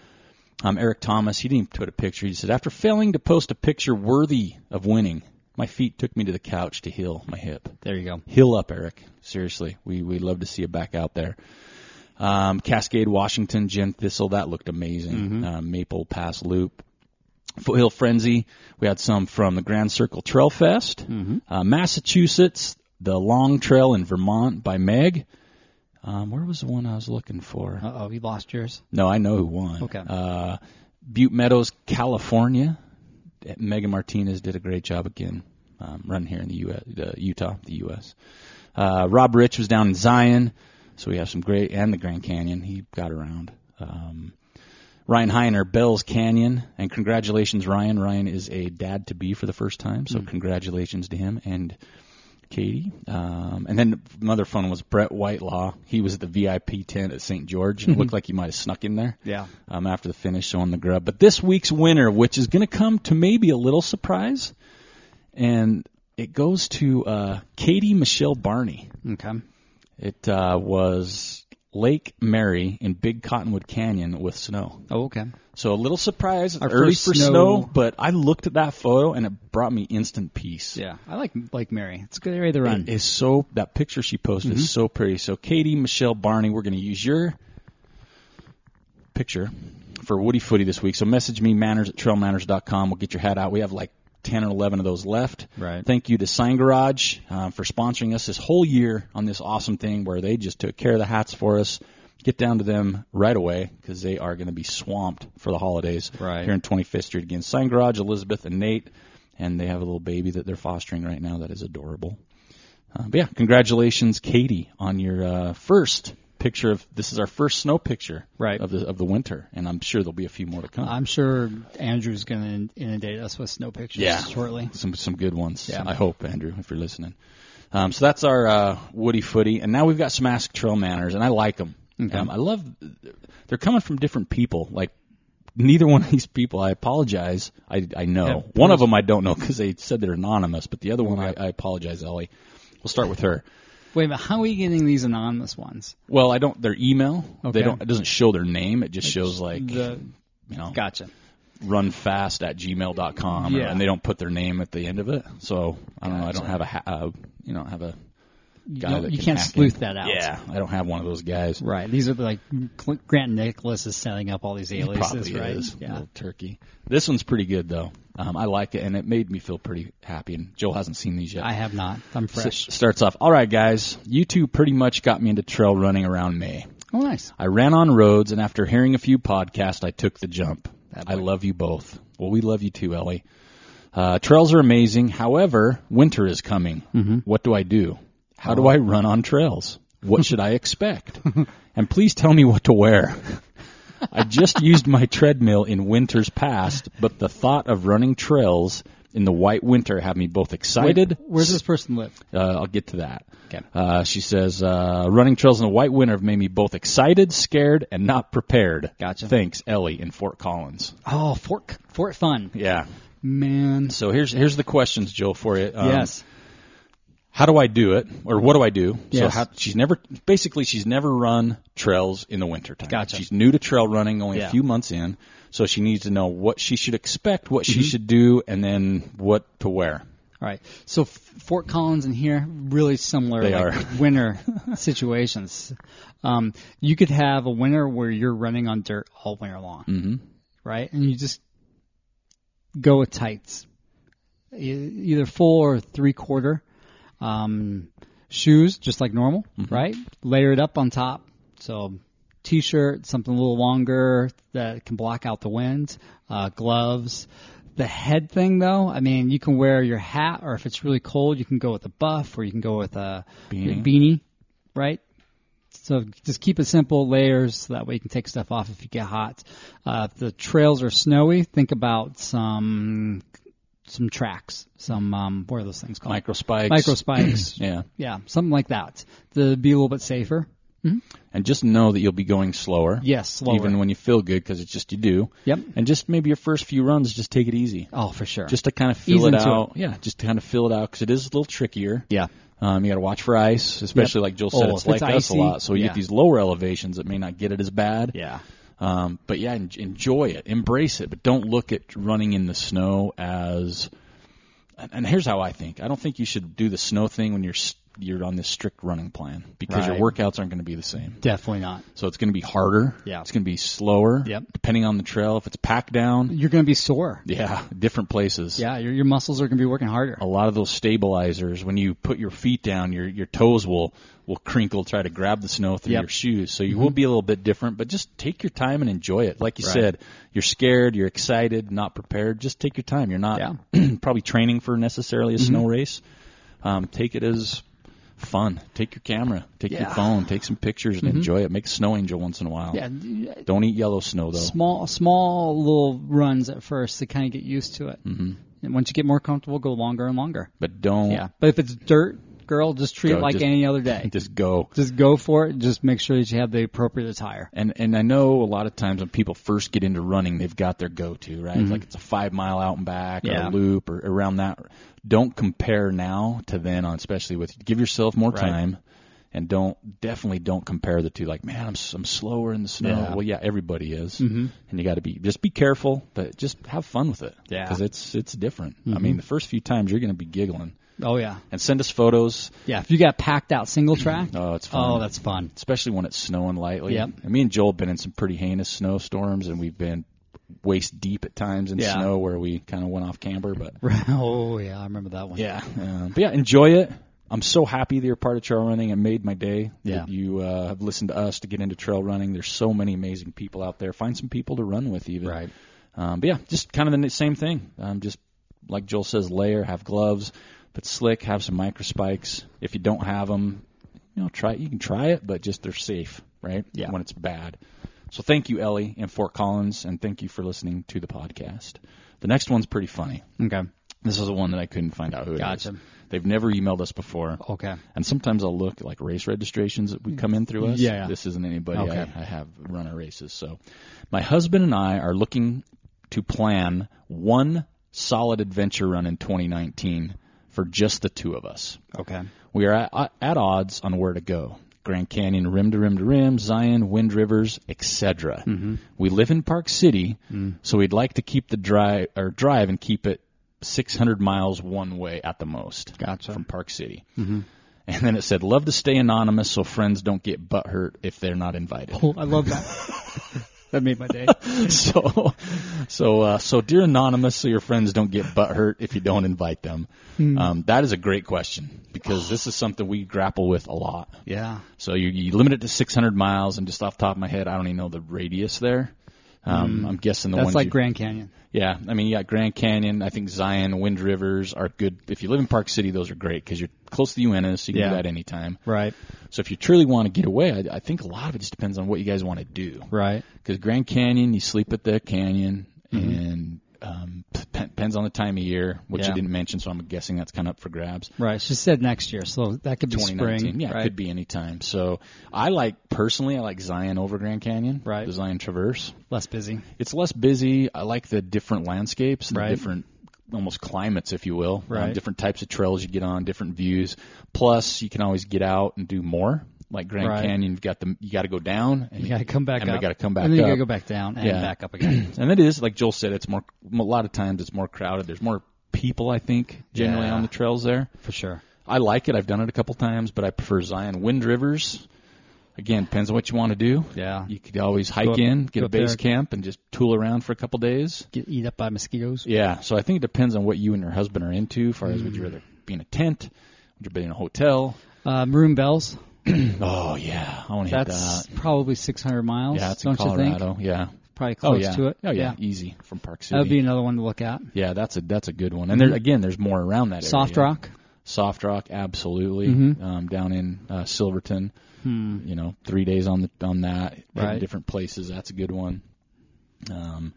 [SPEAKER 1] Um, Eric Thomas. He didn't even put a picture. He said after failing to post a picture worthy of winning, my feet took me to the couch to heal my hip.
[SPEAKER 2] There you go.
[SPEAKER 1] Heal up, Eric. Seriously, we we love to see you back out there. Um, Cascade, Washington, Jen Thistle, that looked amazing. Uh, Maple Pass Loop, Foothill Frenzy. We had some from the Grand Circle Trail Fest, uh, Massachusetts, the Long Trail in Vermont by Meg. Um, where was the one I was looking for?
[SPEAKER 2] Uh oh, you lost yours.
[SPEAKER 1] No, I know who won.
[SPEAKER 2] Okay.
[SPEAKER 1] Uh, Butte Meadows, California. Megan Martinez did a great job again, um, running here in the U.S., the Utah, the U.S. Uh, Rob Rich was down in Zion, so we have some great and the Grand Canyon. He got around. Um, Ryan Heiner, Bell's Canyon, and congratulations, Ryan. Ryan is a dad to be for the first time, so congratulations to him and Katie. Um, and then another fun one was Brett Whitelaw. He was at the VIP tent at St. George, and it looked like he might have snuck in there
[SPEAKER 2] Yeah.
[SPEAKER 1] um, after the finish, so on the grub. But this week's winner, which is going to come to maybe a little surprise, and it goes to uh, Katie Michelle Barney.
[SPEAKER 2] Okay.
[SPEAKER 1] It uh, was Lake Mary in Big Cottonwood Canyon with snow.
[SPEAKER 2] Oh, okay.
[SPEAKER 1] So a little surprise,
[SPEAKER 2] Our
[SPEAKER 1] early
[SPEAKER 2] first
[SPEAKER 1] for
[SPEAKER 2] snow-
[SPEAKER 1] snow. but I looked at that photo and it brought me instant peace.
[SPEAKER 2] Yeah. I like Lake Mary. It's a good area to
[SPEAKER 1] It
[SPEAKER 2] run. Mm-hmm.
[SPEAKER 1] is so that picture she posted is so pretty. So Katie, Michelle, Barney, we're going to use your picture for Woody Footy this week. So message me manners at trailmanners.com. We'll get your hat out. We have like ten or eleven of those left.
[SPEAKER 2] Right.
[SPEAKER 1] Thank you to Sign Garage um, for sponsoring us this whole year on this awesome thing where they just took care of the hats for us. Get down to them right away because they are going to be swamped for the holidays
[SPEAKER 2] Right.
[SPEAKER 1] here in 25th Street again. Sign Garage, Elizabeth, and Nate, and they have a little baby that they're fostering right now that is adorable. Uh, but yeah, congratulations, Katie, on your uh, first picture of this is our first snow picture
[SPEAKER 2] Right. Uh,
[SPEAKER 1] of the of the winter, and I'm sure there'll be a few more to come.
[SPEAKER 2] I'm sure Andrew's going to inundate us with snow pictures
[SPEAKER 1] Yeah.
[SPEAKER 2] shortly.
[SPEAKER 1] some some good ones.
[SPEAKER 2] Yeah.
[SPEAKER 1] I hope Andrew, if you're listening. Um, so that's our uh, Woody Footy, and now we've got some Ask Trail Manners, and I like them. Um, I love they're coming from different people. Like neither one of these people, I apologize. I I know
[SPEAKER 2] Yeah,
[SPEAKER 1] one of them I don't know because they said they're anonymous, but the other one I, I apologize, Ellie. We'll start with her.
[SPEAKER 2] Wait a minute. How are we getting these anonymous ones?
[SPEAKER 1] Well, I don't. Their email.
[SPEAKER 2] Okay.
[SPEAKER 1] They don't. It doesn't show their name. It just shows like
[SPEAKER 2] The,
[SPEAKER 1] you know,
[SPEAKER 2] gotcha.
[SPEAKER 1] runfast at gmail.com,
[SPEAKER 2] Yeah.
[SPEAKER 1] and they don't put their name at the end of it. So I don't know. I don't have a. Ha- uh, you know, have a guy
[SPEAKER 2] don't-
[SPEAKER 1] that
[SPEAKER 2] you
[SPEAKER 1] can
[SPEAKER 2] can't
[SPEAKER 1] hack
[SPEAKER 2] sleuth
[SPEAKER 1] in.
[SPEAKER 2] that out.
[SPEAKER 1] Yeah, I don't have one of those guys.
[SPEAKER 2] Right. These are like Cl- Grant Nicholas is setting up all these aliases,
[SPEAKER 1] Probably
[SPEAKER 2] right?
[SPEAKER 1] is
[SPEAKER 2] Yeah.
[SPEAKER 1] little turkey. This one's pretty good though. Um, I like it, and it made me feel pretty happy. And Joel hasn't seen these yet.
[SPEAKER 2] I have not. I'm
[SPEAKER 1] So
[SPEAKER 2] fresh.
[SPEAKER 1] starts off. All right, guys. You two pretty much got me into trail running around May.
[SPEAKER 2] Oh, nice.
[SPEAKER 1] I ran on roads, and after hearing a few podcasts, I took the jump.
[SPEAKER 2] That
[SPEAKER 1] I
[SPEAKER 2] boy.
[SPEAKER 1] love you both. Well, we love you too, Ellie. Uh, trails are amazing. However, winter is coming.
[SPEAKER 2] Mm-hmm.
[SPEAKER 1] What do I do? How
[SPEAKER 2] Oh.
[SPEAKER 1] do I run on trails?
[SPEAKER 2] <laughs>
[SPEAKER 1] What should I expect? and please tell me what to wear. I just used my treadmill in winters past, but the thought of running trails in the white winter have me both excited.
[SPEAKER 2] Wait, where's this person live?
[SPEAKER 1] Uh, I'll get to that.
[SPEAKER 2] Okay.
[SPEAKER 1] Uh, she says, uh, running trails in the white winter have made me both excited, scared, and not prepared.
[SPEAKER 2] Gotcha.
[SPEAKER 1] Thanks, Ellie in Fort Collins.
[SPEAKER 2] Oh, Fort Fort Fun.
[SPEAKER 1] Yeah.
[SPEAKER 2] Man.
[SPEAKER 1] So here's here's the questions, Joel, for you. Um,
[SPEAKER 2] yes.
[SPEAKER 1] How do I do it, or what do I do?
[SPEAKER 2] Yes.
[SPEAKER 1] So how, she's never basically she's never run trails in the wintertime.
[SPEAKER 2] Gotcha.
[SPEAKER 1] She's new to trail running, only
[SPEAKER 2] Yeah.
[SPEAKER 1] a few months in, so she needs to know what she should expect, what
[SPEAKER 2] Mm-hmm.
[SPEAKER 1] she should do, and then what to wear.
[SPEAKER 2] All right. So F- Fort Collins and here really similar
[SPEAKER 1] They
[SPEAKER 2] like,
[SPEAKER 1] are. <laughs>
[SPEAKER 2] winter situations. Um, you could have a winter where you're running on dirt all winter long,
[SPEAKER 1] Mm-hmm.
[SPEAKER 2] right? And you just go with tights, E- either full or three quarter. Um, shoes just like normal, right? Layer it up on top. So t-shirt, something a little longer that can block out the wind, uh, gloves. The head thing though, I mean, you can wear your hat or if it's really cold, you can go with a buff or you can go with a
[SPEAKER 1] Beanie.
[SPEAKER 2] beanie, right? So just keep it simple, layers. So that way you can take stuff off if you get hot. Uh, if the trails are snowy, think about some some tracks, some um, what are those things called?
[SPEAKER 1] Micro spikes.
[SPEAKER 2] Micro spikes.
[SPEAKER 1] Yeah.
[SPEAKER 2] <clears throat> yeah, something like that to be a little bit safer.
[SPEAKER 1] And just know that you'll be going slower.
[SPEAKER 2] Yes, slower.
[SPEAKER 1] Even when you feel good, because it's just you do.
[SPEAKER 2] Yep.
[SPEAKER 1] And just maybe your first few runs, just take it easy.
[SPEAKER 2] Oh, for sure.
[SPEAKER 1] Just to kind of feel
[SPEAKER 2] Ease
[SPEAKER 1] it
[SPEAKER 2] into
[SPEAKER 1] out. Yeah, just to kind of feel it out, because it is a little trickier.
[SPEAKER 2] yeah.
[SPEAKER 1] Um, you got to watch for ice, especially like Joel said,
[SPEAKER 2] Oh,
[SPEAKER 1] it's
[SPEAKER 2] if it's
[SPEAKER 1] like us a
[SPEAKER 2] icy,
[SPEAKER 1] lot. So you
[SPEAKER 2] yeah.
[SPEAKER 1] get these lower elevations that may not get it as bad.
[SPEAKER 2] Yeah.
[SPEAKER 1] Um, but yeah, en- enjoy it, embrace it, but don't look at running in the snow as. And, and here's how I think: I don't think you should do the snow thing when you're s- you're on this strict running plan because your
[SPEAKER 2] Right.
[SPEAKER 1] workouts aren't going to be the same.
[SPEAKER 2] Definitely not.
[SPEAKER 1] So it's going to be harder.
[SPEAKER 2] Yeah.
[SPEAKER 1] It's going to be slower.
[SPEAKER 2] Yep.
[SPEAKER 1] Depending on the trail, if it's packed down,
[SPEAKER 2] You're going to be sore.
[SPEAKER 1] yeah, Oh. different places.
[SPEAKER 2] Yeah, your your muscles are going to be working harder.
[SPEAKER 1] A lot of those stabilizers, when you put your feet down, your your toes will will crinkle, try to grab the snow through
[SPEAKER 2] Yep. Mm-hmm.
[SPEAKER 1] your shoes. So you will be a little bit different, but just take your time and enjoy it. Like you
[SPEAKER 2] Right.
[SPEAKER 1] said, you're scared, you're excited, not prepared. Just take your time. You're not <clears throat> probably training for necessarily a
[SPEAKER 2] Mm-hmm.
[SPEAKER 1] snow race. Um, take it as fun. Take your camera, take your
[SPEAKER 2] Yeah. Mm-hmm.
[SPEAKER 1] phone, take some pictures and enjoy it. Make a snow angel once in a while.
[SPEAKER 2] Yeah, d-
[SPEAKER 1] Don't eat yellow snow though.
[SPEAKER 2] small small little runs at first to kind of get used to it. Mm-hmm. And once you get more comfortable, go longer and longer.
[SPEAKER 1] But don't
[SPEAKER 2] Yeah, but if it's dirt, girl, just treat
[SPEAKER 1] Go,
[SPEAKER 2] it like
[SPEAKER 1] just-
[SPEAKER 2] any other day.
[SPEAKER 1] <laughs> just go.
[SPEAKER 2] Just go for it. Just make sure that you have the appropriate attire.
[SPEAKER 1] And and I know a lot of times when people first get into running, they've got their go-to, right? Like it's a five mile out and back, or
[SPEAKER 2] Mm-hmm. Yeah.
[SPEAKER 1] a loop, or around that. Don't compare now to then on, especially with give yourself more
[SPEAKER 2] Right.
[SPEAKER 1] time, and don't definitely don't compare the two. Like, man, I'm s- I'm slower in the snow.
[SPEAKER 2] Yeah.
[SPEAKER 1] Well, yeah, everybody is, mm-hmm. and you got to be just be careful, but just have fun with it,
[SPEAKER 2] Yeah. Mm-hmm.
[SPEAKER 1] because it's it's different. I mean, the first few times you're going to be giggling,
[SPEAKER 2] Oh yeah,
[SPEAKER 1] and send us photos.
[SPEAKER 2] yeah. If you got packed out single track,
[SPEAKER 1] Oh, it's fun
[SPEAKER 2] oh that's fun.
[SPEAKER 1] especially when it's snowing lightly.
[SPEAKER 2] Yep.
[SPEAKER 1] And me and Joel have been in some pretty heinous snowstorms, and we've been waist deep at times in
[SPEAKER 2] Yeah.
[SPEAKER 1] snow where we kind of went off camber. But
[SPEAKER 2] <laughs> oh yeah, I remember that one.
[SPEAKER 1] yeah, um, but yeah, enjoy it. I'm so happy that you're part of trail running. It made my day
[SPEAKER 2] Yeah.
[SPEAKER 1] that you uh, have listened to us to get into trail running. There's so many amazing people out there. Find some people to run with, even.
[SPEAKER 2] Right.
[SPEAKER 1] Um, but yeah, just kind of the same thing. Um, just like Joel says, layer, have gloves, but slick, have some micro spikes. If you don't have them, you know, try you can try it, but just they're safe, right?
[SPEAKER 2] Yeah.
[SPEAKER 1] When it's bad. So thank you, Ellie, in Fort Collins, and thank you for listening to the podcast. The next one's pretty funny.
[SPEAKER 2] Okay.
[SPEAKER 1] This is the one that I couldn't find out who it is.
[SPEAKER 2] Gotcha. Oh,
[SPEAKER 1] They've never emailed us before.
[SPEAKER 2] Okay.
[SPEAKER 1] And sometimes I'll look at, like race registrations that would come in through us.
[SPEAKER 2] Yeah.
[SPEAKER 1] This isn't anybody
[SPEAKER 2] Okay.
[SPEAKER 1] I, I have run our races. So my husband and I are looking to plan one solid adventure run in 2019 for just the two of us.
[SPEAKER 2] Okay.
[SPEAKER 1] We are at, at odds on where to go. Grand Canyon, rim to rim to rim, Zion, Wind Rivers, etc. We live in Park City, so we'd like to keep the drive or drive and keep it 600 miles one way at the most
[SPEAKER 2] Gotcha.
[SPEAKER 1] from Park City. Mm-hmm. And then it said, "Love to stay anonymous so friends don't get butthurt if they're not <laughs> invited."
[SPEAKER 2] Cool. I love that. <laughs> that made my day.
[SPEAKER 1] so, so, uh, so, dear anonymous, so your friends don't get butthurt if you don't invite them. Um, that is a great question because this is something we grapple with a lot.
[SPEAKER 2] Yeah.
[SPEAKER 1] So you, you limit it to 600 miles, and just off the top of my head, I don't even know the radius there. Um, I'm guessing the
[SPEAKER 2] Hmm. That's
[SPEAKER 1] ones
[SPEAKER 2] like
[SPEAKER 1] you-
[SPEAKER 2] Grand Canyon.
[SPEAKER 1] yeah, I mean, you got Grand Canyon. I think Zion, Wind Rivers are good. If you live in Park City, those are great because you're close to the UNS, so you can
[SPEAKER 2] Yeah.
[SPEAKER 1] do that anytime.
[SPEAKER 2] Right.
[SPEAKER 1] So if you truly want to get away, I, I think a lot of it just depends on what you guys want to do.
[SPEAKER 2] Right. Mm-hmm.
[SPEAKER 1] Because Grand Canyon, you sleep at the canyon, and Um, p- depends on the time of year, which
[SPEAKER 2] Yeah.
[SPEAKER 1] you didn't mention, so I'm guessing that's kind of up for grabs.
[SPEAKER 2] Right. She said next year, so that could be
[SPEAKER 1] 2019.
[SPEAKER 2] spring.
[SPEAKER 1] yeah,
[SPEAKER 2] right?
[SPEAKER 1] it could be any time. So I like personally, I like Zion over Grand Canyon.
[SPEAKER 2] Right.
[SPEAKER 1] The Zion Traverse.
[SPEAKER 2] less busy.
[SPEAKER 1] It's less busy. I like the different landscapes, the
[SPEAKER 2] Right.
[SPEAKER 1] different almost climates, if you will. Um,
[SPEAKER 2] Right.
[SPEAKER 1] different types of trails you get on, different views. Plus, you can always get out and do more. Like Grand
[SPEAKER 2] Right.
[SPEAKER 1] Canyon, you've got the you got to go down and
[SPEAKER 2] You got to come back
[SPEAKER 1] and
[SPEAKER 2] up.
[SPEAKER 1] we got to come back
[SPEAKER 2] And then you
[SPEAKER 1] up.
[SPEAKER 2] got to go back down and
[SPEAKER 1] Yeah.
[SPEAKER 2] back
[SPEAKER 1] <clears throat>
[SPEAKER 2] up again.
[SPEAKER 1] and it is like Joel said, it's more a lot of times it's more crowded. There's more people, I think, generally
[SPEAKER 2] Yeah.
[SPEAKER 1] on the trails there.
[SPEAKER 2] For sure.
[SPEAKER 1] I like it. I've done it a couple times, but I prefer Zion Wind Rivers. Again, depends on what you want to do.
[SPEAKER 2] Yeah.
[SPEAKER 1] You could always hike
[SPEAKER 2] up-
[SPEAKER 1] in,
[SPEAKER 2] go
[SPEAKER 1] get a
[SPEAKER 2] up there.
[SPEAKER 1] base camp, and just tool around for a couple days.
[SPEAKER 2] Get eat up by mosquitoes.
[SPEAKER 1] Yeah, so I think it depends on what you and your husband are into. As far as
[SPEAKER 2] Mm.
[SPEAKER 1] would you rather be in a tent, would you be in a hotel?
[SPEAKER 2] Uh, Maroon Bells.
[SPEAKER 1] Oh yeah, I want to hit
[SPEAKER 2] Mm. That's
[SPEAKER 1] that.
[SPEAKER 2] probably 600 miles.
[SPEAKER 1] Yeah, it's
[SPEAKER 2] don't
[SPEAKER 1] in
[SPEAKER 2] you think?
[SPEAKER 1] Colorado. Yeah.
[SPEAKER 2] Probably
[SPEAKER 1] Oh
[SPEAKER 2] close
[SPEAKER 1] yeah.
[SPEAKER 2] to it.
[SPEAKER 1] Oh yeah. easy from Park City.
[SPEAKER 2] That would be Mm. another one to look at.
[SPEAKER 1] yeah, that's a that's a good one. And there again, there's more around that.
[SPEAKER 2] Soft
[SPEAKER 1] area.
[SPEAKER 2] rock.
[SPEAKER 1] Soft Rock, absolutely.
[SPEAKER 2] Mhm.
[SPEAKER 1] Um, down in uh, Silverton,
[SPEAKER 2] Hmm.
[SPEAKER 1] you know, three days on the on that, hitting
[SPEAKER 2] Right.
[SPEAKER 1] different places. That's a good one. Um,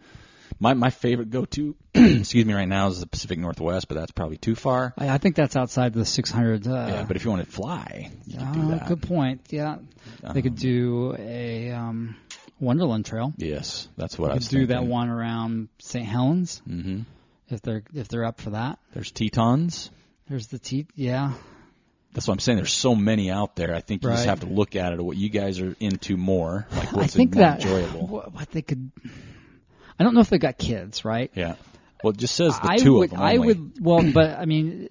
[SPEAKER 1] my my favorite go to, <clears throat> excuse me, right now is the Pacific Northwest, but that's probably too far.
[SPEAKER 2] I, I think that's outside the 600. Uh,
[SPEAKER 1] yeah, but if you want to fly, you can do
[SPEAKER 2] Ah,
[SPEAKER 1] that.
[SPEAKER 2] good point. Yeah, they could
[SPEAKER 1] Um,
[SPEAKER 2] do a um, Wonderland Trail.
[SPEAKER 1] Yes, that's what I
[SPEAKER 2] They
[SPEAKER 1] was
[SPEAKER 2] could do that
[SPEAKER 1] thinking.
[SPEAKER 2] one around St. Helens
[SPEAKER 1] Mm-hmm.
[SPEAKER 2] if they're if they're up for that.
[SPEAKER 1] There's Tetons.
[SPEAKER 2] There's the T. Yeah,
[SPEAKER 1] That's what I'm saying. There's so many out there. I think you just
[SPEAKER 2] Right.
[SPEAKER 1] have to look at it, what you guys are into more, like what's
[SPEAKER 2] <laughs> I think
[SPEAKER 1] more
[SPEAKER 2] that
[SPEAKER 1] enjoyable.
[SPEAKER 2] <laughs> What, what they could. I don't know if they got kids, right?
[SPEAKER 1] Yeah. Well, it just says the
[SPEAKER 2] I
[SPEAKER 1] two
[SPEAKER 2] would.
[SPEAKER 1] of them.
[SPEAKER 2] I
[SPEAKER 1] only.
[SPEAKER 2] would. Well, but I mean,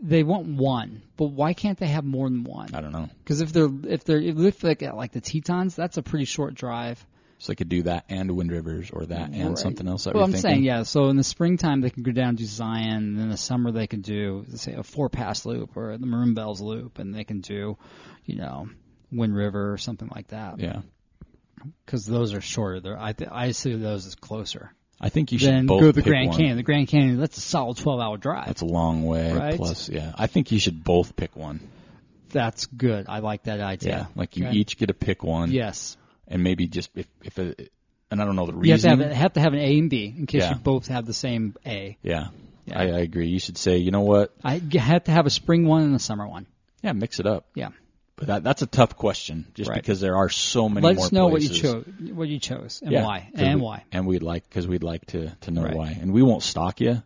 [SPEAKER 2] they want one, but why can't they have more than one?
[SPEAKER 1] I don't know.
[SPEAKER 2] Because if they're if they're if they got like the Tetons, that's a pretty short drive.
[SPEAKER 1] So they could do that and Wind Rivers or that and
[SPEAKER 2] Right.
[SPEAKER 1] something else. That
[SPEAKER 2] Well,
[SPEAKER 1] we're
[SPEAKER 2] I'm
[SPEAKER 1] thinking.
[SPEAKER 2] saying yeah. So in the springtime they can go down to Zion, and in the summer they can do say a four pass loop or the Maroon Bells loop, and they can do, you know, Wind River or something like that.
[SPEAKER 1] Yeah.
[SPEAKER 2] Because those are shorter. They're, I th- I see those as closer.
[SPEAKER 1] I think you should
[SPEAKER 2] Then
[SPEAKER 1] both
[SPEAKER 2] go to the
[SPEAKER 1] pick
[SPEAKER 2] Grand
[SPEAKER 1] one.
[SPEAKER 2] Canyon. The Grand Canyon that's a solid 12 hour drive.
[SPEAKER 1] That's a long way.
[SPEAKER 2] Right?
[SPEAKER 1] Plus, yeah. I think you should both pick one.
[SPEAKER 2] That's good. I like that idea.
[SPEAKER 1] Like you
[SPEAKER 2] Okay.
[SPEAKER 1] each get to pick one.
[SPEAKER 2] Yes.
[SPEAKER 1] And maybe just if if it, and I don't know the
[SPEAKER 2] You have to
[SPEAKER 1] reason.
[SPEAKER 2] have, a- have to have an A and B in case
[SPEAKER 1] Yeah.
[SPEAKER 2] you both have the same A.
[SPEAKER 1] yeah.
[SPEAKER 2] Yeah.
[SPEAKER 1] I, I agree. You should say, you know what?
[SPEAKER 2] I you have to have a spring one and a summer one.
[SPEAKER 1] Yeah, mix it up.
[SPEAKER 2] Yeah.
[SPEAKER 1] But that, that's a tough question, just
[SPEAKER 2] Right.
[SPEAKER 1] because there are so many.
[SPEAKER 2] Let
[SPEAKER 1] more
[SPEAKER 2] us know
[SPEAKER 1] places.
[SPEAKER 2] what you chose, what you chose, and
[SPEAKER 1] Yeah,
[SPEAKER 2] why,
[SPEAKER 1] 'cause
[SPEAKER 2] and
[SPEAKER 1] we-
[SPEAKER 2] why.
[SPEAKER 1] And we'd like because we'd like to to know
[SPEAKER 2] Right.
[SPEAKER 1] why, and we won't stalk you.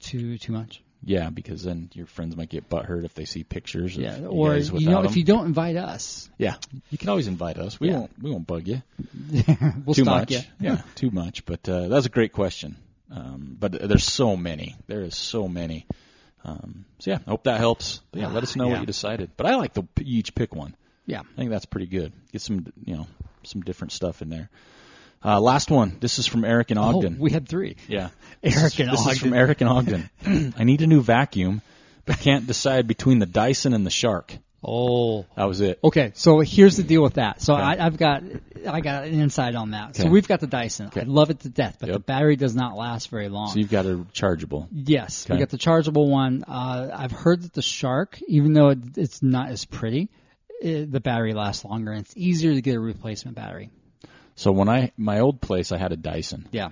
[SPEAKER 2] Too too much.
[SPEAKER 1] Yeah, because then your friends might get butthurt if they see pictures. Of
[SPEAKER 2] Yeah.
[SPEAKER 1] you
[SPEAKER 2] Or
[SPEAKER 1] guys
[SPEAKER 2] you,
[SPEAKER 1] without
[SPEAKER 2] know,
[SPEAKER 1] them.
[SPEAKER 2] if you don't invite us, <laughs>
[SPEAKER 1] Yeah, you can always invite us. We
[SPEAKER 2] Yeah.
[SPEAKER 1] won't we won't bug you
[SPEAKER 2] we'll
[SPEAKER 1] too
[SPEAKER 2] stalk
[SPEAKER 1] much.
[SPEAKER 2] you.
[SPEAKER 1] Yeah, too much. But uh, that's a great question. Um, but there's so many. There is so many. Um, so yeah, I hope that helps. But yeah, let us know
[SPEAKER 2] <sighs> Yeah.
[SPEAKER 1] what you decided. But I like the you each pick one.
[SPEAKER 2] <laughs> Yeah.
[SPEAKER 1] I think that's pretty good. Get some you know some different stuff in there. Uh, last one. This is from Eric in Ogden.
[SPEAKER 2] Oh, we had three.
[SPEAKER 1] yeah,
[SPEAKER 2] <laughs>
[SPEAKER 1] This
[SPEAKER 2] Eric
[SPEAKER 1] is-
[SPEAKER 2] in
[SPEAKER 1] This is from
[SPEAKER 2] Ogden.
[SPEAKER 1] Eric in
[SPEAKER 2] <clears throat>
[SPEAKER 1] Ogden. I need a new vacuum, but can't decide between the Dyson and the Shark.
[SPEAKER 2] Oh.
[SPEAKER 1] That was it.
[SPEAKER 2] Okay, so here's the deal with that. So
[SPEAKER 1] Okay.
[SPEAKER 2] I, I've got I got an insight on that. So
[SPEAKER 1] Okay.
[SPEAKER 2] we've got the Dyson. I love it to death, but the
[SPEAKER 1] Yep.
[SPEAKER 2] battery does not last very long.
[SPEAKER 1] So you've got a chargeable.
[SPEAKER 2] Yes, we
[SPEAKER 1] Okay.
[SPEAKER 2] got the chargeable one. Uh, I've heard that the Shark, even though it, it's not as pretty, it, the battery lasts longer and it's easier to get a replacement battery.
[SPEAKER 1] So when I my old place, I had a Dyson.
[SPEAKER 2] Yeah.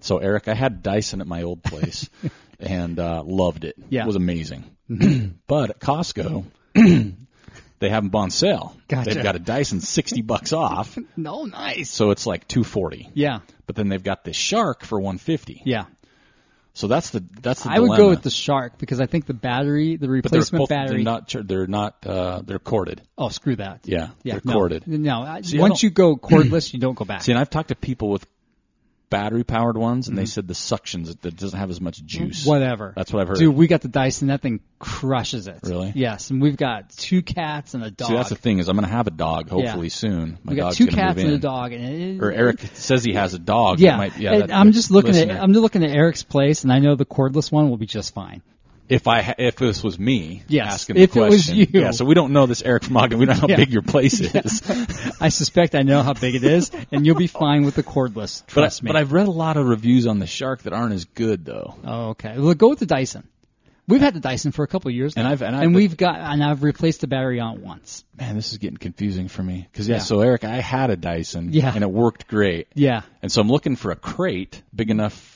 [SPEAKER 1] So Eric, I had Dyson at my old
[SPEAKER 2] <laughs>
[SPEAKER 1] place, and uh, loved it.
[SPEAKER 2] Yeah. Mm-hmm.
[SPEAKER 1] it was amazing. <clears throat> but at
[SPEAKER 2] <clears throat>
[SPEAKER 1] Costco, they have them on sale.
[SPEAKER 2] Gotcha.
[SPEAKER 1] They've got a Dyson sixty bucks off,
[SPEAKER 2] No, nice.
[SPEAKER 1] so it's like two forty.
[SPEAKER 2] Yeah,
[SPEAKER 1] But then they've got this Shark for one fifty.
[SPEAKER 2] yeah.
[SPEAKER 1] So that's the that's the
[SPEAKER 2] I would go
[SPEAKER 1] dilemma.
[SPEAKER 2] with the Shark because I think the battery, the
[SPEAKER 1] but they're
[SPEAKER 2] replacement
[SPEAKER 1] both-
[SPEAKER 2] battery.
[SPEAKER 1] They're not char- they're not uh, they're corded.
[SPEAKER 2] oh, screw that.
[SPEAKER 1] Yeah,
[SPEAKER 2] yeah.
[SPEAKER 1] they're
[SPEAKER 2] No,
[SPEAKER 1] corded.
[SPEAKER 2] no. I-
[SPEAKER 1] See, I
[SPEAKER 2] once
[SPEAKER 1] don't- <clears throat>
[SPEAKER 2] you go cordless, you don't go back.
[SPEAKER 1] See, and I've talked to people with battery powered ones, and they said the suctions that doesn't have as much juice.
[SPEAKER 2] Mm-hmm. Whatever.
[SPEAKER 1] That's what I've heard.
[SPEAKER 2] Dude, we got the Dyson. That thing crushes it.
[SPEAKER 1] Really?
[SPEAKER 2] Yes, and we've got two cats and a dog.
[SPEAKER 1] See, that's the thing is I'm going to have a dog hopefully soon. My
[SPEAKER 2] we got
[SPEAKER 1] dog's
[SPEAKER 2] two
[SPEAKER 1] gonna
[SPEAKER 2] cats
[SPEAKER 1] move
[SPEAKER 2] and a
[SPEAKER 1] in.
[SPEAKER 2] dog, and it,
[SPEAKER 1] Or Eric says he has a dog.
[SPEAKER 2] Yeah,
[SPEAKER 1] That might, yeah
[SPEAKER 2] and
[SPEAKER 1] that-
[SPEAKER 2] I'm just looking
[SPEAKER 1] listener,
[SPEAKER 2] at um, I'm looking at Eric's place, and I know the cordless one will be just fine. <laughs>
[SPEAKER 1] if I ha- if this was me
[SPEAKER 2] Yes,
[SPEAKER 1] asking the
[SPEAKER 2] if it was
[SPEAKER 1] question.
[SPEAKER 2] you.
[SPEAKER 1] Yeah, so we don't know this Eric from Ogden. We don't know how
[SPEAKER 2] <laughs> Yeah.
[SPEAKER 1] big your place is.
[SPEAKER 2] I suspect I know how big it is, and you'll be fine with the cordless.
[SPEAKER 1] But, I,
[SPEAKER 2] Trust me.
[SPEAKER 1] but I've read a lot of reviews on the shark that aren't as good though.
[SPEAKER 2] oh, okay. Well, go with the Dyson. We've had the Dyson for a couple of years,
[SPEAKER 1] And
[SPEAKER 2] now,
[SPEAKER 1] I've- and I've-
[SPEAKER 2] we've got and I've replaced the battery on it once.
[SPEAKER 1] Man, this is getting confusing for me. Because yeah,
[SPEAKER 2] Yeah.
[SPEAKER 1] so Eric, I had a Dyson.
[SPEAKER 2] Yeah.
[SPEAKER 1] and it worked great.
[SPEAKER 2] Yeah, <laughs>
[SPEAKER 1] And so I'm looking for a crate big enough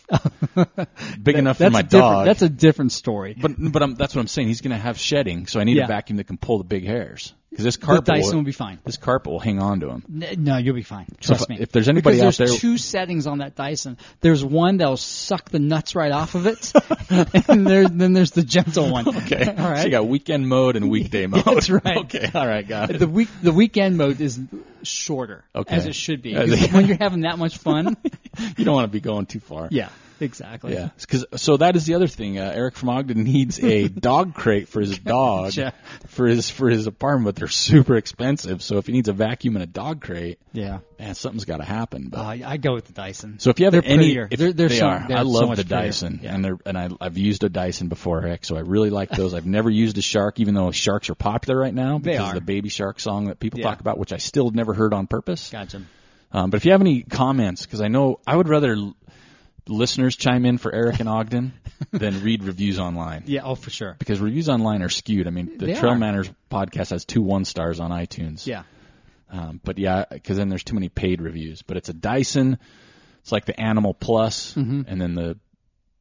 [SPEAKER 1] big enough for
[SPEAKER 2] that's
[SPEAKER 1] my
[SPEAKER 2] a different-
[SPEAKER 1] dog.
[SPEAKER 2] That's a different story.
[SPEAKER 1] but but I'm, that's what I'm saying. He's going to have shedding, so I need
[SPEAKER 2] Yeah.
[SPEAKER 1] a vacuum that can pull the big hairs because this
[SPEAKER 2] The
[SPEAKER 1] carpet
[SPEAKER 2] Dyson will
[SPEAKER 1] will,
[SPEAKER 2] be fine.
[SPEAKER 1] this carpet will hang on to him.
[SPEAKER 2] N- No, you'll be fine.
[SPEAKER 1] So
[SPEAKER 2] Trust
[SPEAKER 1] if-
[SPEAKER 2] me.
[SPEAKER 1] if there's anybody
[SPEAKER 2] because
[SPEAKER 1] out
[SPEAKER 2] there's
[SPEAKER 1] there-
[SPEAKER 2] two settings on that Dyson. There's one that'll suck the nuts right off of it, <laughs> and there, then there's the gentle one.
[SPEAKER 1] Okay,
[SPEAKER 2] <laughs> <laughs> All right.
[SPEAKER 1] So you got weekend mode and weekday mode.
[SPEAKER 2] <laughs> that's right.
[SPEAKER 1] <laughs> Okay, all right, got it.
[SPEAKER 2] <laughs> the week the weekend mode is shorter,
[SPEAKER 1] Okay.
[SPEAKER 2] as it should be.
[SPEAKER 1] As
[SPEAKER 2] Because
[SPEAKER 1] it-
[SPEAKER 2] when you're having that
[SPEAKER 1] <laughs>
[SPEAKER 2] much fun,
[SPEAKER 1] You don't want to be going too far.
[SPEAKER 2] yeah, exactly.
[SPEAKER 1] Yeah, 'Cause- so that is the other thing. Uh, Eric from Ogden needs
[SPEAKER 2] <laughs>
[SPEAKER 1] a dog crate for his dog
[SPEAKER 2] Gotcha.
[SPEAKER 1] for his for his apartment, but they're super expensive. So if he needs a vacuum and a dog crate,
[SPEAKER 2] yeah.
[SPEAKER 1] man, something's got to happen. But
[SPEAKER 2] Uh, I go with the Dyson.
[SPEAKER 1] So if you have
[SPEAKER 2] They're
[SPEAKER 1] any,
[SPEAKER 2] prettier.
[SPEAKER 1] if
[SPEAKER 2] They're- they're
[SPEAKER 1] they
[SPEAKER 2] so-
[SPEAKER 1] are.
[SPEAKER 2] they're
[SPEAKER 1] I
[SPEAKER 2] so
[SPEAKER 1] love
[SPEAKER 2] much
[SPEAKER 1] the
[SPEAKER 2] prettier.
[SPEAKER 1] Dyson, and they're and I, I've used a Dyson before, Rick. So I really like those. I've never used a shark, even though sharks are popular right now because of
[SPEAKER 2] are.
[SPEAKER 1] the Baby Shark song that people
[SPEAKER 2] Yeah.
[SPEAKER 1] talk about, which I still have never heard on purpose.
[SPEAKER 2] Gotcha.
[SPEAKER 1] Um, but if you have any comments, because I know I would rather l- listeners chime in for Eric and
[SPEAKER 2] <laughs>
[SPEAKER 1] Ogden than read reviews online.
[SPEAKER 2] Yeah. Oh, for sure.
[SPEAKER 1] Because reviews online are skewed. I mean, the
[SPEAKER 2] They
[SPEAKER 1] Trail
[SPEAKER 2] are.
[SPEAKER 1] Manners podcast has two one stars on iTunes.
[SPEAKER 2] Yeah.
[SPEAKER 1] Um, but yeah, because then there's too many paid reviews. But it's a Dyson. It's like the Animal Plus,
[SPEAKER 2] Mm-hmm.
[SPEAKER 1] and then the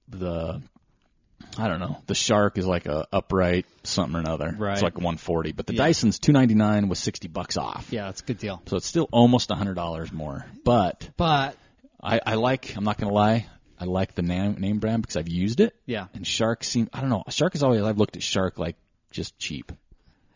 [SPEAKER 1] the I don't know. The Shark is like a upright something or another.
[SPEAKER 2] Right.
[SPEAKER 1] It's like 140, but the
[SPEAKER 2] Yeah.
[SPEAKER 1] Dyson's 299 with 60 bucks off.
[SPEAKER 2] Yeah. That's a good deal.
[SPEAKER 1] So it's still almost $100 more. But
[SPEAKER 2] But
[SPEAKER 1] I, I like. I'm not gonna lie. I like the name name brand because I've used it.
[SPEAKER 2] yeah.
[SPEAKER 1] And Shark seem. I don't know. Shark is always. I've looked at Shark like just cheap.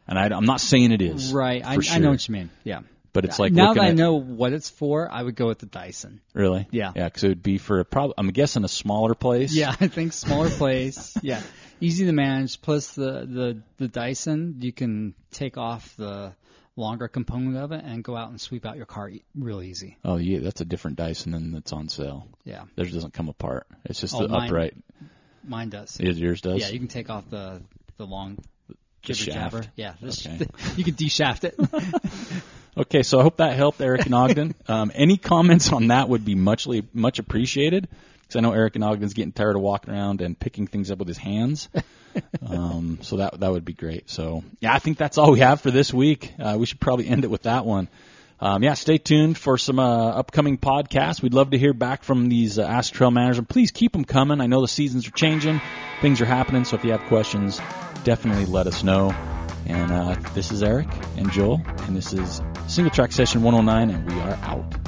[SPEAKER 1] And I, am not saying it is.
[SPEAKER 2] Right. I,
[SPEAKER 1] For sure.
[SPEAKER 2] I know what you mean. Yeah.
[SPEAKER 1] But it's like
[SPEAKER 2] now
[SPEAKER 1] looking
[SPEAKER 2] that I
[SPEAKER 1] at-
[SPEAKER 2] know what it's for, I would go with the Dyson.
[SPEAKER 1] Really?
[SPEAKER 2] Yeah.
[SPEAKER 1] Yeah, because it would be for a prob I'm guessing a smaller place.
[SPEAKER 2] Yeah, <laughs> I think smaller place. Yeah, easy to manage. Plus the the the Dyson, you can take off the longer component of it and go out and sweep out your car e- real easy.
[SPEAKER 1] Oh yeah, that's a different Dyson than that's on sale.
[SPEAKER 2] Yeah,
[SPEAKER 1] Theirs doesn't come apart. It's just
[SPEAKER 2] Oh,
[SPEAKER 1] the
[SPEAKER 2] mine-
[SPEAKER 1] upright.
[SPEAKER 2] mine does.
[SPEAKER 1] Yeah, Yours does.
[SPEAKER 2] Yeah, you can take off the the long
[SPEAKER 1] The
[SPEAKER 2] jibber
[SPEAKER 1] shaft.
[SPEAKER 2] jabber. Yeah, this,
[SPEAKER 1] Okay.
[SPEAKER 2] <laughs> you can deshaft it.
[SPEAKER 1] Okay, so I hope that helped Eric and Ogden. um, any comments on that would be muchly much appreciated because I know Eric and Ogden's getting tired of walking around and picking things up with his hands. um, so that that would be great. So yeah, I think that's all we have for this week. Uh, we should probably end it with that one. Um, yeah, stay tuned for some uh, upcoming podcasts. We'd love to hear back from these uh, Ask Trail Manners, and please keep them coming. I know the seasons are changing, things are happening. So if you have questions, definitely let us know. oh And uh, this is Eric and Joel, and this is Single Track Session 109, and we are out.